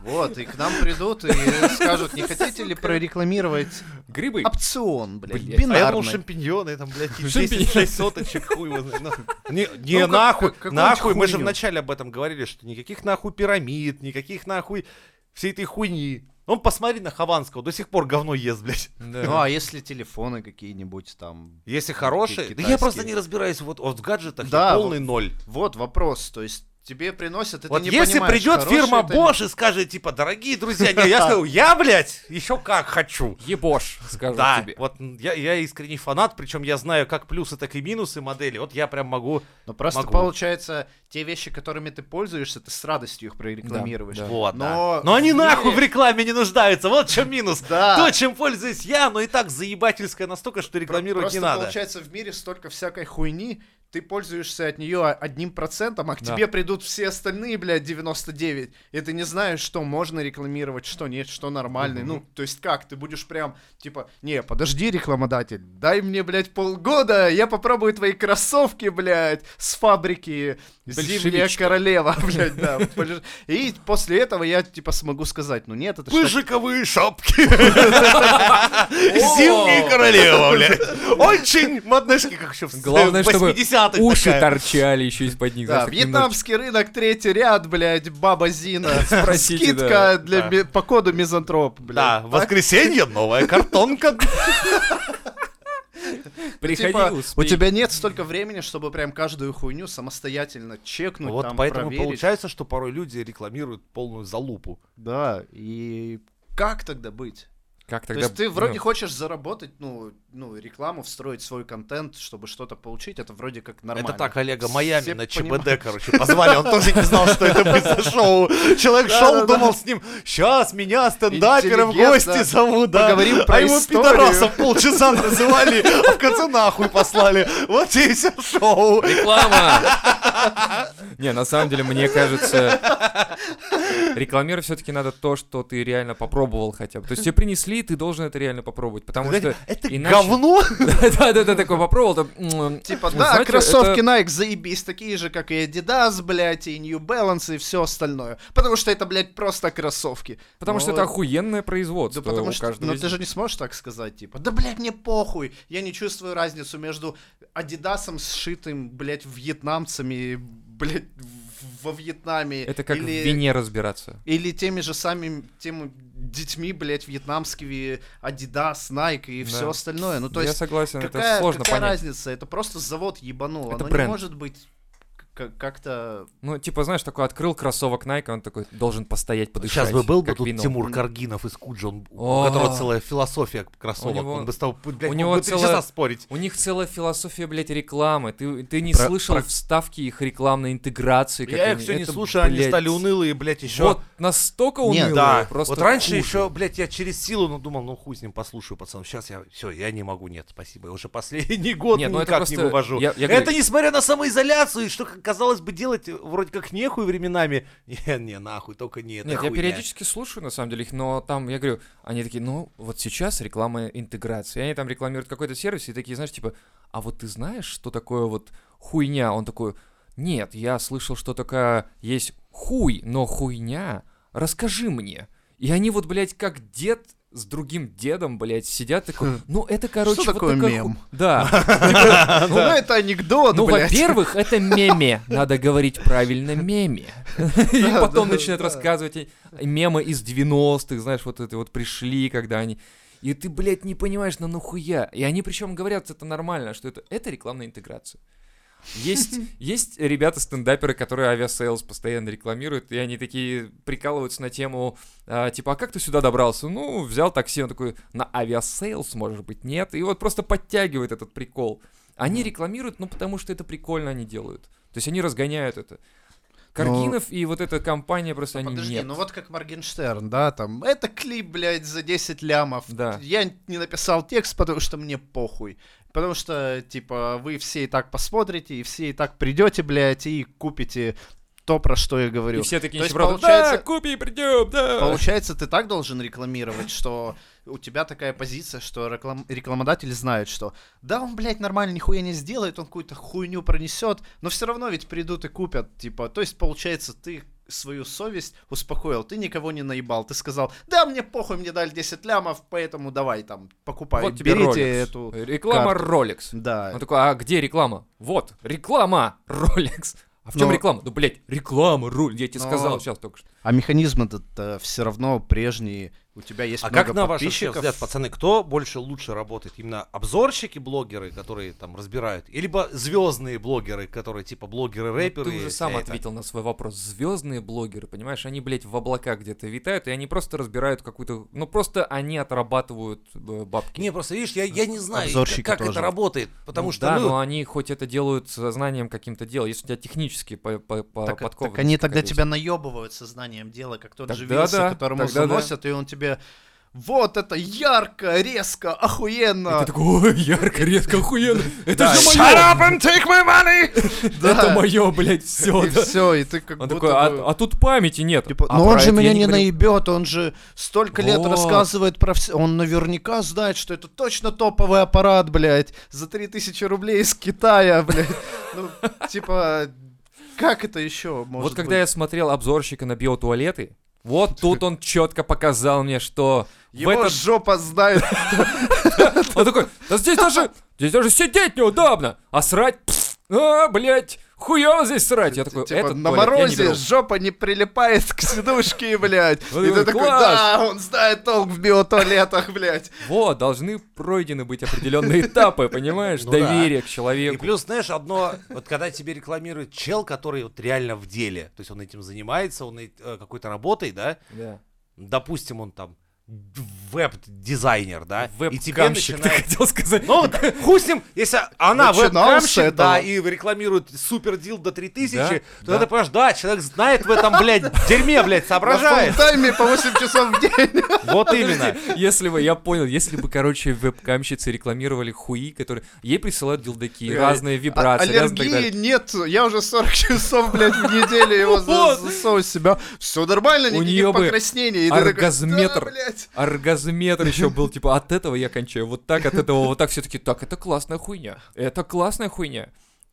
Speaker 1: Вот, и к нам придут и скажут, не хотите ли прорекламировать
Speaker 3: Грибы.
Speaker 1: опцион, блядь,
Speaker 3: Блядь.
Speaker 5: А я думал,
Speaker 1: бинарный.
Speaker 5: шампиньоны там, блядь, и
Speaker 3: Шампиньоны.
Speaker 5: 10 соточек, хуй его знает. Ну, Не, не,
Speaker 1: как-
Speaker 5: нахуй,
Speaker 1: как- какую-нибудь
Speaker 5: нахуй, мы же
Speaker 1: хуйню.
Speaker 5: вначале об этом говорили, что никаких нахуй пирамид, никаких нахуй всей этой хуйни. Он посмотри на Хованского, до сих пор говно ест, блядь.
Speaker 3: Да.
Speaker 1: Ну, а если телефоны какие-нибудь там...
Speaker 5: Если хорошие, да я
Speaker 1: Китайские.
Speaker 5: просто не разбираюсь вот, вот в гаджетах, я
Speaker 1: Да,
Speaker 5: полный ноль.
Speaker 1: Вот вопрос, то есть тебе приносят, и
Speaker 5: Вот
Speaker 1: ты не
Speaker 5: если
Speaker 1: понимаешь,
Speaker 5: придет
Speaker 1: хорошее
Speaker 5: фирма
Speaker 1: это или
Speaker 5: Bosch и скажет, типа, дорогие друзья, не, я скажу, я, блядь, еще как хочу.
Speaker 3: Ебош, скажу
Speaker 5: Да,
Speaker 3: тебе.
Speaker 5: вот м, я, я искренний фанат, причем я знаю как плюсы, так и минусы модели. Вот я прям могу.
Speaker 1: Но Ну, просто
Speaker 5: Могу.
Speaker 1: получается, те вещи, которыми ты пользуешься, ты с радостью их прорекламируешь.
Speaker 3: Да, да.
Speaker 5: Вот,
Speaker 1: Но-
Speaker 5: да. Но они
Speaker 1: Или-
Speaker 5: нахуй в рекламе не нуждаются. Вот в чем минус.
Speaker 1: Да.
Speaker 5: То, чем пользуюсь я, но и так заебательское настолько, что рекламировать
Speaker 1: Просто
Speaker 5: не надо.
Speaker 1: получается, в мире столько всякой хуйни, ты пользуешься от нее одним процентом, а к тебе придут все остальные, блядь, 99, и ты не знаешь, что можно рекламировать, что нет, что нормально. Ну, то есть как, ты будешь прям, типа, не, подожди, рекламодатель, дай мне, блядь, полгода, я попробую твои кроссовки, блядь, с фабрики «Зимняя
Speaker 3: Большевичка».
Speaker 1: королева», блядь, да. полеж- И после этого я, типа, смогу сказать, ну нет, это ж так
Speaker 2: Пыжиковые шапки. Зимняя королева, блядь.
Speaker 5: Очень моднышки, как еще в
Speaker 3: Главное, чтобы
Speaker 5: 80-х
Speaker 3: Уши
Speaker 5: такая.
Speaker 3: торчали еще из-под них.
Speaker 1: Да,
Speaker 3: знаешь, так немножечко.
Speaker 1: вьетнамский рынок, третий ряд, блядь, баба Зина.
Speaker 3: Спросите,
Speaker 1: Скидка
Speaker 3: да.
Speaker 1: для ми- по коду мизантроп, блядь.
Speaker 5: Да, в воскресенье новая картонка.
Speaker 3: Приходи,
Speaker 1: Типа, у
Speaker 3: успей.
Speaker 1: тебя нет столько времени, чтобы прям каждую хуйню самостоятельно чекнуть,
Speaker 5: Вот
Speaker 1: Ну, там
Speaker 5: поэтому
Speaker 1: проверить.
Speaker 5: получается, что порой люди рекламируют полную залупу.
Speaker 1: Да, и как тогда быть?
Speaker 3: Как
Speaker 1: То
Speaker 3: тогда...
Speaker 1: есть ты
Speaker 3: ну,
Speaker 1: вроде хочешь заработать, ну, ну, рекламу, встроить свой контент, чтобы что-то получить, это вроде как нормально.
Speaker 5: Это так, Олега Майами
Speaker 1: Все
Speaker 5: на ЧБД,
Speaker 1: понимают.
Speaker 5: короче, позвали. Он тоже не знал, что это будет за шоу. Человек
Speaker 1: Да, да,
Speaker 5: шел,
Speaker 1: да.
Speaker 5: думал с ним, сейчас меня стендаперы в
Speaker 1: Интеллигент,
Speaker 5: гости
Speaker 1: да.
Speaker 5: зовут, да.
Speaker 1: Поговорим про
Speaker 5: А его
Speaker 1: историю.
Speaker 5: пидорасов полчаса называли, а в конце нахуй послали. Вот тебе и все шоу.
Speaker 3: Реклама! Не, на самом деле, мне кажется, рекламировать все-таки надо то, что ты реально попробовал хотя бы. То есть тебе принесли, ты должен это реально попробовать, потому что...
Speaker 5: Это
Speaker 3: иначе-
Speaker 5: говно?
Speaker 3: Да-да-да, такой попробовал, то... м,
Speaker 1: Типа,
Speaker 3: ну,
Speaker 1: да,
Speaker 3: знаете,
Speaker 1: кроссовки
Speaker 3: это-
Speaker 1: Nike заебись, такие же, как и Adidas, блядь, и New Balance, и все остальное. Потому что это, блядь, просто кроссовки.
Speaker 3: Потому что
Speaker 1: Но-
Speaker 3: это охуенное производство.
Speaker 1: Да потому
Speaker 3: у
Speaker 1: что,
Speaker 3: каждого
Speaker 1: но
Speaker 3: из
Speaker 1: ты
Speaker 3: них.
Speaker 1: же не сможешь так сказать, типа, да, блядь, мне похуй, я не чувствую разницу между Адидасом, сшитым, блядь, вьетнамцами, блядь, в- во Вьетнаме.
Speaker 3: Это как
Speaker 1: или...
Speaker 3: в вине разбираться.
Speaker 1: Или теми же самими, теми детьми, блядь, вьетнамскими, Adidas, Nike и
Speaker 3: Да.
Speaker 1: все остальное. Ну, то
Speaker 3: Я
Speaker 1: есть,
Speaker 3: согласен,
Speaker 1: какая,
Speaker 3: это сложно
Speaker 1: какая
Speaker 3: понять.
Speaker 1: разница? Это просто завод ебанул.
Speaker 3: Это
Speaker 1: Оно
Speaker 3: бренд.
Speaker 1: не может быть к- как-то...
Speaker 3: Ну, типа, знаешь, такой открыл кроссовок Nike, он такой, должен постоять, подышать.
Speaker 5: Сейчас бы был бы
Speaker 3: как
Speaker 5: тут
Speaker 3: вино.
Speaker 5: Тимур Каргинов из Куджи, он- у
Speaker 3: О.
Speaker 5: которого целая философия кроссовок.
Speaker 3: У него-
Speaker 5: Он бы с тобой, блядь,
Speaker 3: у
Speaker 5: мог
Speaker 3: него
Speaker 5: бы три
Speaker 3: целая-
Speaker 5: часа спорить.
Speaker 3: У них целая философия, блядь, рекламы. Ты, ты не
Speaker 5: Про-
Speaker 3: слышал
Speaker 5: про-
Speaker 3: вставки их рекламной интеграции. как
Speaker 5: Я их
Speaker 3: они-
Speaker 5: все не
Speaker 3: это,
Speaker 5: слушаю, они
Speaker 3: блядь,
Speaker 5: стали унылые, блядь, еще.
Speaker 3: Вот настолько унылые,
Speaker 5: да.
Speaker 3: просто
Speaker 5: вот раньше
Speaker 3: хуже.
Speaker 5: еще, блядь, я через силу, ну, думал, ну, хуй с ним, послушаю, пацан. Сейчас я, все, я не могу, нет, спасибо. Я уже последний год
Speaker 3: Нет, ну, это
Speaker 5: никак не
Speaker 3: просто-
Speaker 5: вывожу.
Speaker 3: я- я
Speaker 5: это
Speaker 3: говорю-
Speaker 5: несмотря на самоизоляцию, и что, как казалось бы, делать э, вроде как нехуй временами. Не, не, нахуй, только не это
Speaker 3: Нет, я
Speaker 5: хуйня.
Speaker 3: периодически слушаю, на самом деле, их, но там, я говорю, они такие, ну, вот сейчас реклама интеграции. И они там рекламируют какой-то сервис, и такие, знаешь, типа, а вот ты знаешь, что такое вот хуйня? Он такой, нет, я слышал, что такая есть хуй, но хуйня, расскажи мне. И они вот, блядь, как дед с другим дедом, блядь, сидят такой, ну, это, короче, вот
Speaker 1: Хм. такое
Speaker 3: такая
Speaker 1: мем?
Speaker 3: ху- Да,
Speaker 1: Ну, это анекдот,
Speaker 3: ну,
Speaker 1: блядь.
Speaker 3: во-первых, это меме. Надо говорить правильно меме. И
Speaker 1: Да,
Speaker 3: потом
Speaker 1: да,
Speaker 3: начинают
Speaker 1: да.
Speaker 3: рассказывать и- мемы из 90-х, знаешь, вот это вот пришли, когда они... И ты, блядь, не понимаешь, ну нахуя? И они причем говорят, это нормально, что это, это рекламная интеграция. Есть, есть ребята-стендаперы, которые авиасейлс постоянно рекламируют, и они такие прикалываются на тему, а, типа, а как ты сюда добрался? Ну, взял такси, он такой, на авиасейлс, может быть, нет. И вот просто подтягивает этот прикол. Они рекламируют, ну, потому что это прикольно они делают. То есть они разгоняют это. Каргинов и вот эта компания просто они
Speaker 1: Подожди,
Speaker 3: нет.
Speaker 1: ну вот как Моргенштерн, да, там, это клип, блядь, за 10 лямов.
Speaker 3: Да.
Speaker 1: Я не написал текст, потому что мне похуй. Потому что, типа, вы все и так посмотрите, и все и так придете, блядь, и купите то, про что я говорю.
Speaker 3: И все такие,
Speaker 1: То есть,
Speaker 3: нищеброды,
Speaker 1: получается-
Speaker 3: да, купи и придем, да.
Speaker 1: Получается, ты так должен рекламировать, что у тебя такая позиция, что реклам- рекламодатель знает, что да, он, блядь, нормально нихуя не сделает, он какую-то хуйню пронесет, но все равно ведь придут и купят, типа. То есть, получается, ты свою совесть успокоил, ты никого не наебал, ты сказал, да, мне похуй, мне дали 10 лямов, поэтому давай там, покупай,
Speaker 3: Вот тебе
Speaker 1: берите
Speaker 3: Rolex.
Speaker 1: эту...
Speaker 3: Реклама Rolex.
Speaker 1: Да.
Speaker 3: Он такой, а где реклама? Вот, реклама Rolex. А в чем
Speaker 1: Но-
Speaker 3: реклама? Да, блядь, реклама Rolex, я тебе
Speaker 1: Но-
Speaker 3: сказал сейчас только что.
Speaker 1: А механизм этот все равно прежний, у тебя есть
Speaker 5: А
Speaker 1: много
Speaker 5: как на ваш
Speaker 1: подписчиков.
Speaker 5: взгляд, пацаны, кто больше лучше работает? Именно обзорщики, блогеры, которые там разбирают? Или либо звездные блогеры, которые типа блогеры-рэперы?
Speaker 3: Ну, ты
Speaker 5: и
Speaker 3: уже
Speaker 5: вся
Speaker 3: сам
Speaker 5: эта-
Speaker 3: ответил на свой вопрос. Звездные блогеры, понимаешь, они, блядь, в облаках где-то витают, и они просто разбирают какую-то... Ну, просто они отрабатывают э, бабки.
Speaker 5: Не, просто видишь, я, я не знаю,
Speaker 1: Обзорщики
Speaker 5: как
Speaker 1: тоже.
Speaker 5: это работает, потому
Speaker 3: Ну
Speaker 5: что
Speaker 3: да,
Speaker 5: ну,
Speaker 3: но они хоть это делают со знанием каким-то дела, если у тебя технически по, по, по-
Speaker 1: Так,
Speaker 3: подкованность
Speaker 1: так они тогда
Speaker 3: какая-то
Speaker 1: тебя наебывают сознанием дела, как тот
Speaker 3: Тогда
Speaker 1: же Вилса,
Speaker 3: да,
Speaker 1: которому
Speaker 3: тогда да.
Speaker 1: заносят, и он тебе вот это ярко, резко,
Speaker 3: есть. И
Speaker 1: охуенно.
Speaker 3: ты такой, «Ой, ярко, резко, охуенно, это
Speaker 1: Да,
Speaker 3: же
Speaker 1: shut
Speaker 3: мое,
Speaker 2: and take my money!
Speaker 3: это мое, блядь, все,
Speaker 1: И все, и ты как
Speaker 3: Он
Speaker 1: будто
Speaker 3: такой,
Speaker 1: бы,
Speaker 3: а, а тут памяти нет.
Speaker 1: типа,
Speaker 3: А
Speaker 1: но
Speaker 3: про
Speaker 1: он же
Speaker 3: это я
Speaker 1: меня не,
Speaker 3: говорю».
Speaker 1: наебет, он же столько лет
Speaker 3: Вот.
Speaker 1: рассказывает про все. Он наверняка знает, что это точно топовый аппарат, блядь, за 3000 рублей из Китая, блядь. Ну, типа, как это еще может
Speaker 3: Вот когда
Speaker 1: быть?
Speaker 3: я смотрел обзорщика на биотуалеты, вот тут он четко показал мне, что
Speaker 1: Его
Speaker 3: в этот
Speaker 1: жопа знает
Speaker 3: Он такой, да здесь даже, здесь даже сидеть неудобно, а срать, пф, а, блядь, хуёво здесь срать. Я такой,
Speaker 1: Типа,
Speaker 3: этот
Speaker 1: на
Speaker 3: туалет я не
Speaker 1: морозе
Speaker 3: беру».
Speaker 1: жопа не прилипает к сидушке, блядь.
Speaker 3: Вот
Speaker 1: И ты
Speaker 3: это
Speaker 1: такой,
Speaker 3: класс.
Speaker 1: да, он знает толк в биотуалетах, блядь.
Speaker 3: Вот, должны пройдены быть определенные этапы, понимаешь,
Speaker 5: Ну да.
Speaker 3: доверие к
Speaker 5: И
Speaker 3: человеку.
Speaker 5: плюс, знаешь, одно, вот когда тебе рекламирует чел, который вот реально в деле, то есть он этим занимается, он э, какой-то работой, да,
Speaker 3: Да.
Speaker 5: допустим, он там веб-дизайнер, да, и тебе
Speaker 3: Вебкамщик, ты
Speaker 5: начинает...
Speaker 3: хотел сказать.
Speaker 5: Ну, вот, хуй с ним, если она
Speaker 1: Начинал с
Speaker 5: веб-камщик,
Speaker 1: этого.
Speaker 5: да, и рекламирует супер дил до 3000,
Speaker 3: Да,
Speaker 5: то
Speaker 3: да.
Speaker 5: ты понимаешь, да, человек знает в этом, блядь, дерьме, блядь, соображает.
Speaker 1: На тайме по 8 часов в день.
Speaker 5: Вот именно.
Speaker 3: Если бы, я понял, если бы, короче, вебкамщицы рекламировали хуи, которые... Ей присылают дилдаки,
Speaker 5: Э,
Speaker 3: разные
Speaker 1: А-
Speaker 3: вибрации, разные так
Speaker 1: Аллергии
Speaker 3: далее.
Speaker 1: нет, я уже 40 часов, блядь, в неделю его за-
Speaker 3: Вот.
Speaker 1: засовываю в себя. Все нормально,
Speaker 3: У неё
Speaker 1: никаких
Speaker 3: бы
Speaker 1: покраснений. И ты такой,
Speaker 3: оргазметр.
Speaker 1: «Да, блядь».
Speaker 3: Оргазметр еще был, типа, от этого я кончаю, вот так, от этого, вот так. Все таки так, это классная хуйня, это классная хуйня.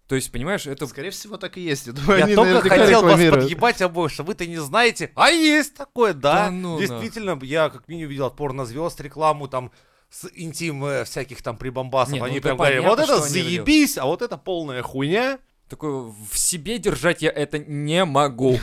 Speaker 3: То есть, понимаешь, это...
Speaker 1: Скорее всего, так и есть. Я думаю,
Speaker 5: Я
Speaker 1: они
Speaker 5: только
Speaker 1: наверняка
Speaker 5: хотел вас
Speaker 1: рекламируют.
Speaker 5: подъебать обоих, что вы-то не знаете. А есть такое, да.
Speaker 3: Да ну
Speaker 5: Действительно, я как минимум видел от порнозвезд рекламу там с интим э, всяких там прибамбасов.
Speaker 3: Не, ну
Speaker 5: они
Speaker 3: это
Speaker 5: прям говорили,
Speaker 3: понятно,
Speaker 5: вот это
Speaker 3: что они делают.
Speaker 5: заебись, а вот это полная хуйня.
Speaker 3: Такой, в себе держать я это не могу.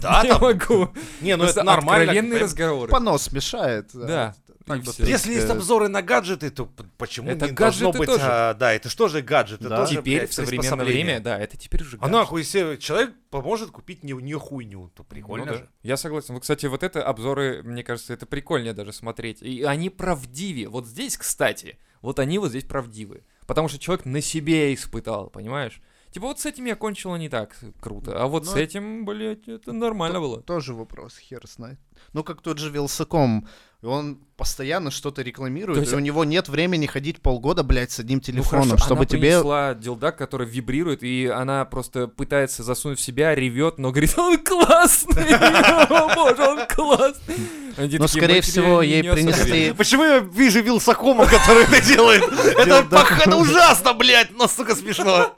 Speaker 5: Да,
Speaker 3: А не
Speaker 5: там,
Speaker 3: могу.
Speaker 5: не, ну
Speaker 3: Просто
Speaker 5: это нормально.
Speaker 3: Откровенные
Speaker 5: Прям-
Speaker 3: разговоры.
Speaker 1: Понос мешает.
Speaker 3: Да. Типа
Speaker 1: Так
Speaker 3: И
Speaker 1: бы
Speaker 3: всё.
Speaker 1: ты-
Speaker 5: Если есть
Speaker 1: Э,
Speaker 5: обзоры на гаджеты, то п- почему
Speaker 3: это
Speaker 5: не должно
Speaker 3: гаджеты
Speaker 5: быть?
Speaker 3: тоже.
Speaker 5: а, да, это что же гаджеты?
Speaker 1: Да.
Speaker 5: Тоже,
Speaker 3: Теперь
Speaker 5: блядь,
Speaker 3: в современное
Speaker 5: приспособление.
Speaker 3: типа время, да, это теперь уже
Speaker 5: А
Speaker 3: гаджет.
Speaker 5: нахуй, если человек поможет купить не, не хуйню, то прикольно
Speaker 3: Ну да,
Speaker 5: же.
Speaker 3: Я согласен. Вот, кстати, вот это обзоры, мне кажется, это прикольнее даже смотреть. И они правдивее. Вот здесь, кстати, вот они вот здесь правдивые. Потому что человек на себе испытал, понимаешь? Типа вот с этим я кончила не так круто, а вот
Speaker 1: Ну,
Speaker 3: с этим, блядь, это нормально было.
Speaker 1: Тоже вопрос, хер знает. Ну, как тот же Вилсаком, он постоянно что-то рекламирует,
Speaker 3: То есть- а
Speaker 1: и у него нет времени ходить полгода, блядь, с одним
Speaker 3: Ну
Speaker 1: телефоном,
Speaker 3: хорошо,
Speaker 1: чтобы
Speaker 3: она
Speaker 1: тебе...
Speaker 3: принесла дилдак, который вибрирует, и она просто пытается засунуть в себя, ревет, но говорит, он классный, о боже, он классный. Они такие, «Мы
Speaker 1: Но, ну,
Speaker 3: тебе
Speaker 1: скорее всего, ей
Speaker 3: не особо верим».
Speaker 1: принесли...
Speaker 5: Почему я вижу Вилсакома, который это делает? Это пох- это ужасно, блядь, настолько смешно.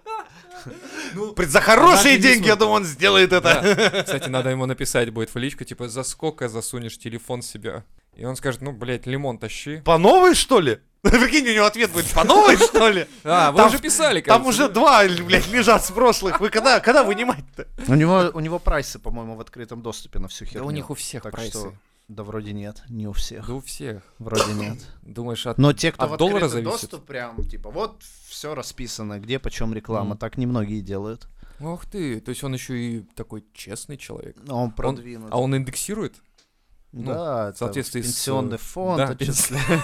Speaker 5: Блядь, За хорошие
Speaker 3: она
Speaker 5: деньги, я
Speaker 3: принесла.
Speaker 5: думаю, он сделает это.
Speaker 3: Да. Кстати, надо ему написать будет в личку, типа, за сколько засунешь телефон в себя? И он скажет, ну, блядь, лимон тащи.
Speaker 5: По новой, что ли? Прикинь, у него ответ будет, по новой, что ли?
Speaker 3: А, вы
Speaker 5: Там-
Speaker 3: уже писали,
Speaker 5: Там
Speaker 3: кажется,
Speaker 5: уже
Speaker 3: да?
Speaker 5: два, блядь, лежат с прошлых. Вы когда, когда вынимать-то?
Speaker 1: У него, у него прайсы, по-моему, в открытом доступе на всю херню.
Speaker 3: Да у них у всех
Speaker 1: Так
Speaker 3: прайсы.
Speaker 1: что- Да вроде нет, не у всех.
Speaker 3: Да у всех.
Speaker 1: Вроде нет.
Speaker 3: Думаешь, от...
Speaker 1: Но те, кто
Speaker 3: От
Speaker 1: в
Speaker 3: доллара
Speaker 1: открытый
Speaker 3: зависит.
Speaker 1: доступ, прям, типа, вот все расписано, где, почем реклама.
Speaker 3: Мгм.
Speaker 1: Так немногие делают.
Speaker 3: Ох ты, то есть он еще и такой честный человек.
Speaker 1: Но он продвинут.
Speaker 3: А он индексирует? ну,
Speaker 1: да, это
Speaker 3: соответствии с,
Speaker 1: пенсионный
Speaker 3: э,
Speaker 1: фонд
Speaker 3: да,
Speaker 1: отчисляет,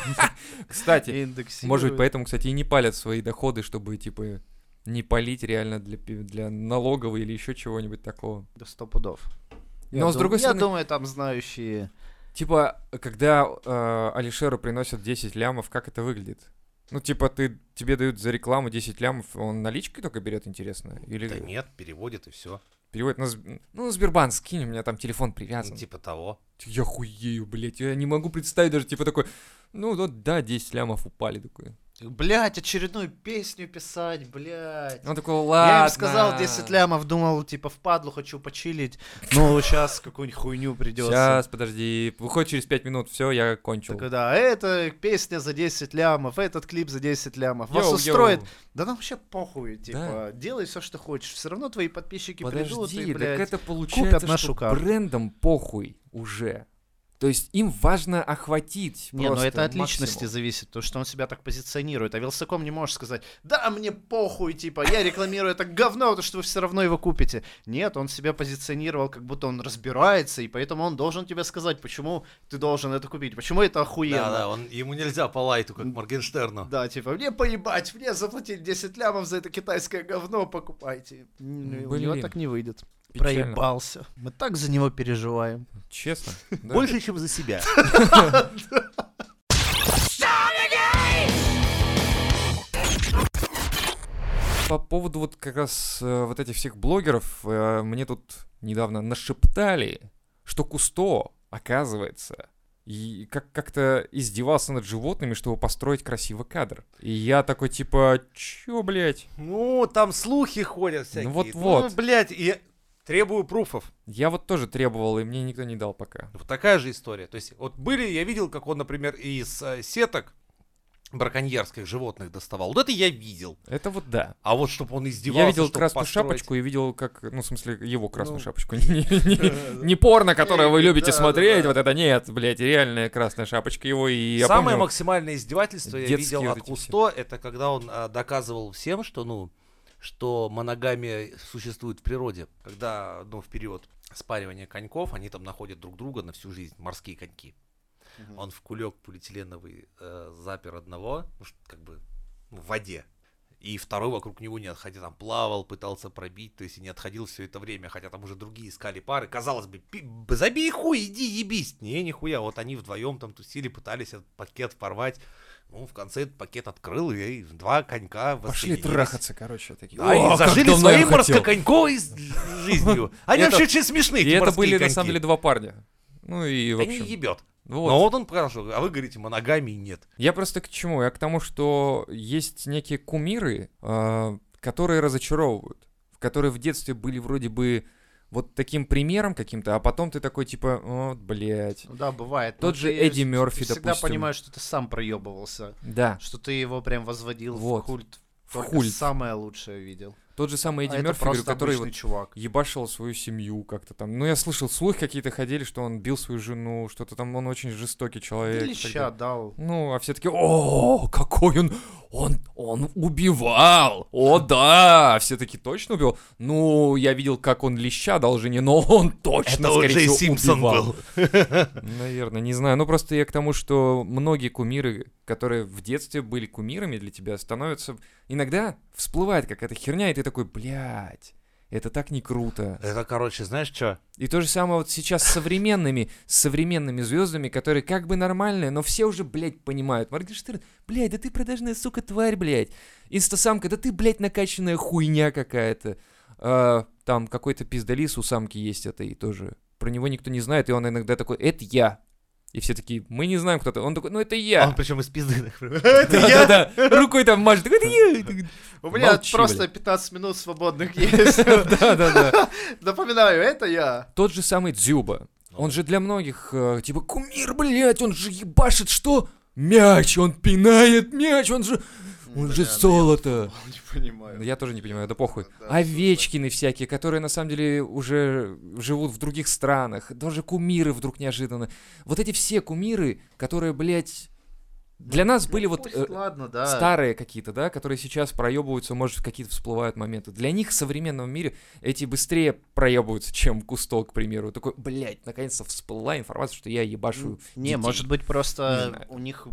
Speaker 3: Кстати,
Speaker 1: индексирует.
Speaker 3: может быть, поэтому, кстати, и не палят свои доходы, чтобы, типа, не палить реально для, пи- для налоговой или еще чего-нибудь такого.
Speaker 1: Да сто пудов. Я
Speaker 3: Но, с
Speaker 1: дум-
Speaker 3: другой стороны-
Speaker 1: ну, Я думаю, там знающие...
Speaker 3: Типа, когда э, Алишеру приносят 10 лямов, как это выглядит? Ну, типа, ты, тебе дают за рекламу 10 лямов, он наличкой только берет, интересно? Или
Speaker 5: нет, переводит и все.
Speaker 3: переводит на... Сб- Ну, Сбербанк, скинь, у меня там телефон привязан.
Speaker 5: Типа того.
Speaker 3: Я хуею, блядь, я не могу представить даже, типа такой, ну вот, да, 10 лямов упали, такой.
Speaker 1: Блять, очередную песню писать, блять.
Speaker 3: Он такой, ладно.
Speaker 1: Я им сказал 10 лямов, думал, типа, впадлу хочу почилить. Ну, сейчас какую-нибудь хуйню придется.
Speaker 3: Сейчас, подожди, выходит через 5 минут, все, я кончил.
Speaker 1: Так, да, это песня за 10 лямов, этот клип за 10 лямов. Вас
Speaker 3: Йоу,
Speaker 1: устроит.
Speaker 3: йоу.
Speaker 1: Да нам вообще похуй, типа, делай все, что хочешь. Все равно твои подписчики придут и,
Speaker 3: Подожди,
Speaker 1: блядь,
Speaker 3: так это получается,
Speaker 1: нашу
Speaker 3: что
Speaker 1: карту.
Speaker 3: брендам похуй уже. То есть им важно охватить
Speaker 1: Не, ну
Speaker 3: просто
Speaker 1: это от личности
Speaker 3: максимум.
Speaker 1: зависит, то, что он себя так позиционирует. А Вилсаком не можешь сказать, да, мне похуй, типа, я рекламирую это говно, потому что вы все равно его купите. Нет, он себя позиционировал, как будто он разбирается, и поэтому он должен тебе сказать, почему ты должен это купить, почему это охуенно.
Speaker 5: Да, да, он, ему нельзя по лайту, как Моргенштерну.
Speaker 1: Да, типа, мне поебать, мне заплатить 10 лямов за это китайское говно, покупайте. Н- ну, У него
Speaker 3: Блин.
Speaker 1: так не выйдет.
Speaker 3: Печально.
Speaker 1: Проебался. Мы так за него переживаем.
Speaker 3: Честно. да.
Speaker 5: Больше, чем за себя.
Speaker 3: По поводу вот как раз э, вот этих всех блогеров, э, мне тут недавно нашептали, что Кусто, оказывается, и как- как-то издевался над животными, чтобы построить красивый кадр. И я такой типа, чё, блядь?
Speaker 5: Ну, там слухи ходят всякие.
Speaker 3: Ну, вот-вот.
Speaker 5: Ну, блядь, и требую пруфов.
Speaker 3: Я вот тоже требовал, и мне никто не дал пока.
Speaker 5: Вот такая же история. То есть, вот были, я видел, как он, например, из э, сеток браконьерских животных доставал. Вот это я видел.
Speaker 3: Это вот да.
Speaker 5: А вот, чтобы он издевался,
Speaker 3: Я видел
Speaker 5: чтоб
Speaker 3: красную
Speaker 5: построить-
Speaker 3: шапочку и видел, как, ну, в смысле, его красную
Speaker 5: Ну.
Speaker 3: шапочку. Не- Не не- не порно, которое вы
Speaker 1: Эй,
Speaker 3: любите
Speaker 1: да, да,
Speaker 3: смотреть,
Speaker 1: да.
Speaker 3: вот это нет, блядь, реальная красная шапочка его. И я
Speaker 5: Самое
Speaker 3: помню,
Speaker 5: максимальное издевательство я
Speaker 3: детские
Speaker 5: видел
Speaker 3: вот
Speaker 5: от
Speaker 3: эти все.
Speaker 5: Кусто, это когда он а, доказывал всем, что, ну, что моногамия существует в природе. Когда, ну, в период спаривания коньков, они там находят друг друга на всю жизнь, морские коньки. Он в кулек полиэтиленовый э, запер одного, ну, ш- как бы ну, в воде. И второй вокруг него не отходил, там плавал, пытался пробить, то есть и не отходил все это время, хотя там уже другие искали пары. Казалось бы, пи- б- забей хуй, иди ебись. Не, нихуя, вот они вдвоем там тусили, пытались этот пакет порвать. Ну, в конце этот пакет открыл, и два конька
Speaker 3: пошли
Speaker 5: воссоединились.
Speaker 3: трахаться, короче. такие.
Speaker 5: Да,
Speaker 3: «О,
Speaker 5: и
Speaker 3: как
Speaker 5: зажили
Speaker 3: давно я
Speaker 5: своей
Speaker 3: хотел».
Speaker 5: морскоконьковой с- жизнью. Они
Speaker 3: Это-
Speaker 5: вообще очень смешные,
Speaker 3: И
Speaker 5: эти
Speaker 3: это
Speaker 5: морские
Speaker 3: были, на
Speaker 5: коньки.
Speaker 3: самом деле, два парня. Ну и, в
Speaker 5: Они
Speaker 3: общем,
Speaker 5: ебет.
Speaker 3: ну вот.
Speaker 5: Но вот он спрашивал, а вы говорите, моногамии нет.
Speaker 3: Я просто к чему? Я к тому, что есть некие кумиры, а, которые разочаровывают, в которые в детстве были вроде бы вот таким примером каким-то, а потом ты такой типа, вот, блядь.
Speaker 1: Ну да, бывает.
Speaker 3: Тот
Speaker 1: Но
Speaker 3: же
Speaker 1: ты
Speaker 3: Эдди
Speaker 1: вс-
Speaker 3: Мёрфи,
Speaker 1: ты всегда
Speaker 3: допустим.
Speaker 1: понимаешь, что ты сам проебывался.
Speaker 3: Да,
Speaker 1: Что ты его прям возводил
Speaker 3: Вот.
Speaker 1: в культ.
Speaker 3: в
Speaker 1: Только
Speaker 3: хуль.
Speaker 1: самое лучшее видел.
Speaker 3: Тот же самый Эдди
Speaker 1: а это
Speaker 3: Мерфи,
Speaker 1: просто
Speaker 3: говорю, который
Speaker 1: обычный
Speaker 3: вот
Speaker 1: чувак.
Speaker 3: ебашил свою семью как-то там. Ну, я слышал, слухи какие-то ходили, что он бил свою жену, что-то там, он очень жестокий человек. и так
Speaker 1: Леща
Speaker 3: далее.
Speaker 1: дал.
Speaker 3: Ну, а все таки о, какой он, он, он убивал, о да, все таки точно убивал. Ну, я видел, как он леща дал жене, но он точно, скорее всего, убивал. Наверное, не знаю. Ну, просто я к тому, что многие кумиры, которые в детстве были кумирами для тебя, становятся... Иногда всплывает какая-то херня, и ты такой, блядь, это так не круто.
Speaker 5: Это, короче, знаешь что?
Speaker 3: И то же самое вот сейчас с современными, с современными звездами, которые как бы нормальные, но все уже, блядь, понимают. Моргенштерн, блядь, да ты продажная сука тварь, блядь. Инстасамка, да ты, блядь, накачанная хуйня какая-то. А, там какой-то пиздолис у самки есть это и тоже. Про него никто не знает, и он иногда такой, это я. И все такие, мы не знаем, кто ты. Он такой, ну это
Speaker 5: Он
Speaker 3: я.
Speaker 5: причем из пизды. например. Это я?
Speaker 3: Да-да-да. Рукой там машет, такой, это я.
Speaker 1: У меня
Speaker 3: Молчи,
Speaker 1: просто
Speaker 3: блядь.
Speaker 1: 15 минут свободных есть.
Speaker 3: Да-да-да.
Speaker 1: Напоминаю, это я.
Speaker 3: Тот же самый Дзюба.
Speaker 1: Ну
Speaker 3: Он же для многих, э, типа, кумир, блядь, он же ебашит, что? Мяч, он пинает мяч, он же... Он же
Speaker 1: Бля, ну. да я
Speaker 3: золото.
Speaker 1: Не понимаю.
Speaker 3: Ну, Я тоже не понимаю, да похуй.
Speaker 1: Да,
Speaker 3: Овечкины всякие, которые на самом деле уже живут в других странах. Даже кумиры вдруг неожиданно. Вот эти все кумиры, которые, блядь, для нас были
Speaker 1: Ну,
Speaker 3: вот...
Speaker 1: пусть,
Speaker 3: э,
Speaker 1: Ладно, да.
Speaker 3: старые какие-то, да, которые сейчас проебываются, может, какие-то всплывают моменты. Для них в современном мире эти быстрее проебываются, чем Кусто, к примеру. Такой, блядь, наконец-то всплыла информация, что я ебашу
Speaker 1: Не,
Speaker 3: детей».
Speaker 1: может быть,
Speaker 3: Не
Speaker 1: просто
Speaker 3: знаю.
Speaker 1: у них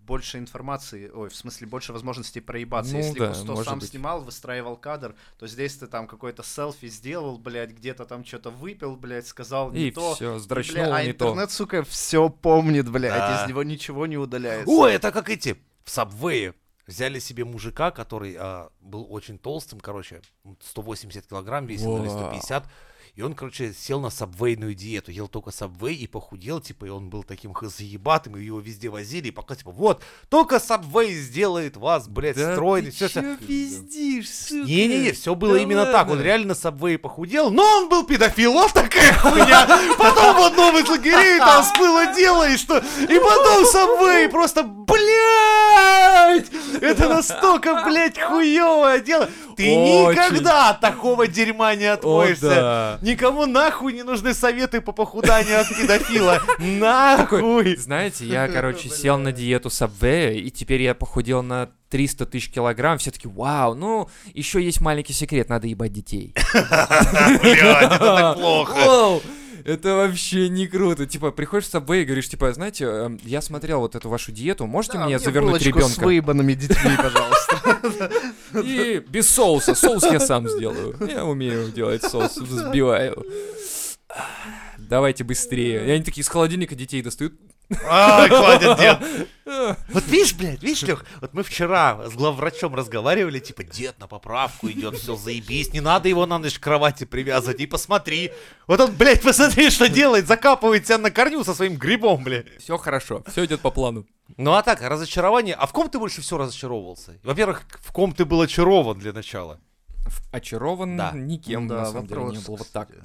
Speaker 1: больше информации, ой, в смысле, больше возможностей проебаться.
Speaker 3: Ну
Speaker 1: Если
Speaker 3: да,
Speaker 1: Кусто
Speaker 3: может
Speaker 1: сам
Speaker 3: быть.
Speaker 1: снимал, выстраивал кадр, то здесь ты там какой-то селфи сделал, блядь, где-то там что-то выпил, блядь, сказал не
Speaker 3: И
Speaker 1: то.
Speaker 3: все,
Speaker 1: И, бля,
Speaker 3: здрачнул
Speaker 1: а
Speaker 3: не
Speaker 1: интернет, сука, все помнит, блядь,
Speaker 5: Да.
Speaker 1: из него ничего не удаляется.
Speaker 5: О, это как эти в сабвее. Взяли себе мужика, который а, был очень толстым, короче, 180 килограмм весил или
Speaker 3: Вау.
Speaker 5: 150. И он, короче, сел на сабвейную диету, ел только сабвей и похудел, типа, и он был таким х- заебатым, и его везде возили, и пока, типа, вот, только сабвей сделает вас, блядь, стройный, все, все.
Speaker 3: пиздишь, сука?
Speaker 5: Не-не-не, все было
Speaker 3: Да
Speaker 5: именно так. Он
Speaker 3: ладно?
Speaker 5: реально с Subway похудел, но он был педофил, вот такая хуйня. Потом в одном из лагерей там всплыло дело, и что... И потом Subway просто, блядь! Это настолько, блядь, хуевое дело. Ты
Speaker 3: Очень.
Speaker 5: никогда от такого дерьма не отмоешься.
Speaker 3: да.
Speaker 5: Никому нахуй не нужны советы по похуданию от педофила. Нахуй.
Speaker 3: Знаете, я, короче, сел на диету Сабвея, и теперь я похудел на 300 тысяч килограмм. Все таки вау, ну, еще есть маленький секрет, надо ебать детей.
Speaker 2: Блядь, это так плохо.
Speaker 3: Вау, Это вообще не круто. Типа, приходишь с собой и говоришь, типа, знаете, эм, я смотрел вот эту вашу диету, можете
Speaker 1: Да,
Speaker 3: мне
Speaker 1: мне
Speaker 3: завернуть
Speaker 1: булочку с
Speaker 3: ребенка?
Speaker 1: выебанными детьми, пожалуйста.
Speaker 3: И без соуса. Соус я сам сделаю. Я умею делать соус, взбиваю. Давайте быстрее. И они такие из холодильника детей достают.
Speaker 2: Ай, хватит, дед.
Speaker 3: А,
Speaker 5: Вот видишь, блядь, видишь, Лех, вот мы вчера с главврачом разговаривали, типа, дед на поправку идет, все, заебись, не надо его на ночь к кровати привязывать, и посмотри, вот он, блядь, посмотри, что делает, закапывает тебя на корню со своим грибом, блядь.
Speaker 3: Все хорошо, все идет по плану.
Speaker 5: Ну а так, разочарование, а в ком ты больше всего разочаровывался? Во-первых, в ком ты был очарован для начала?
Speaker 3: Очарован
Speaker 5: Да.
Speaker 3: никем,
Speaker 1: Да, Ну,
Speaker 3: на самом деле, не
Speaker 1: вопрос,
Speaker 3: был. Вот так.
Speaker 1: кстати.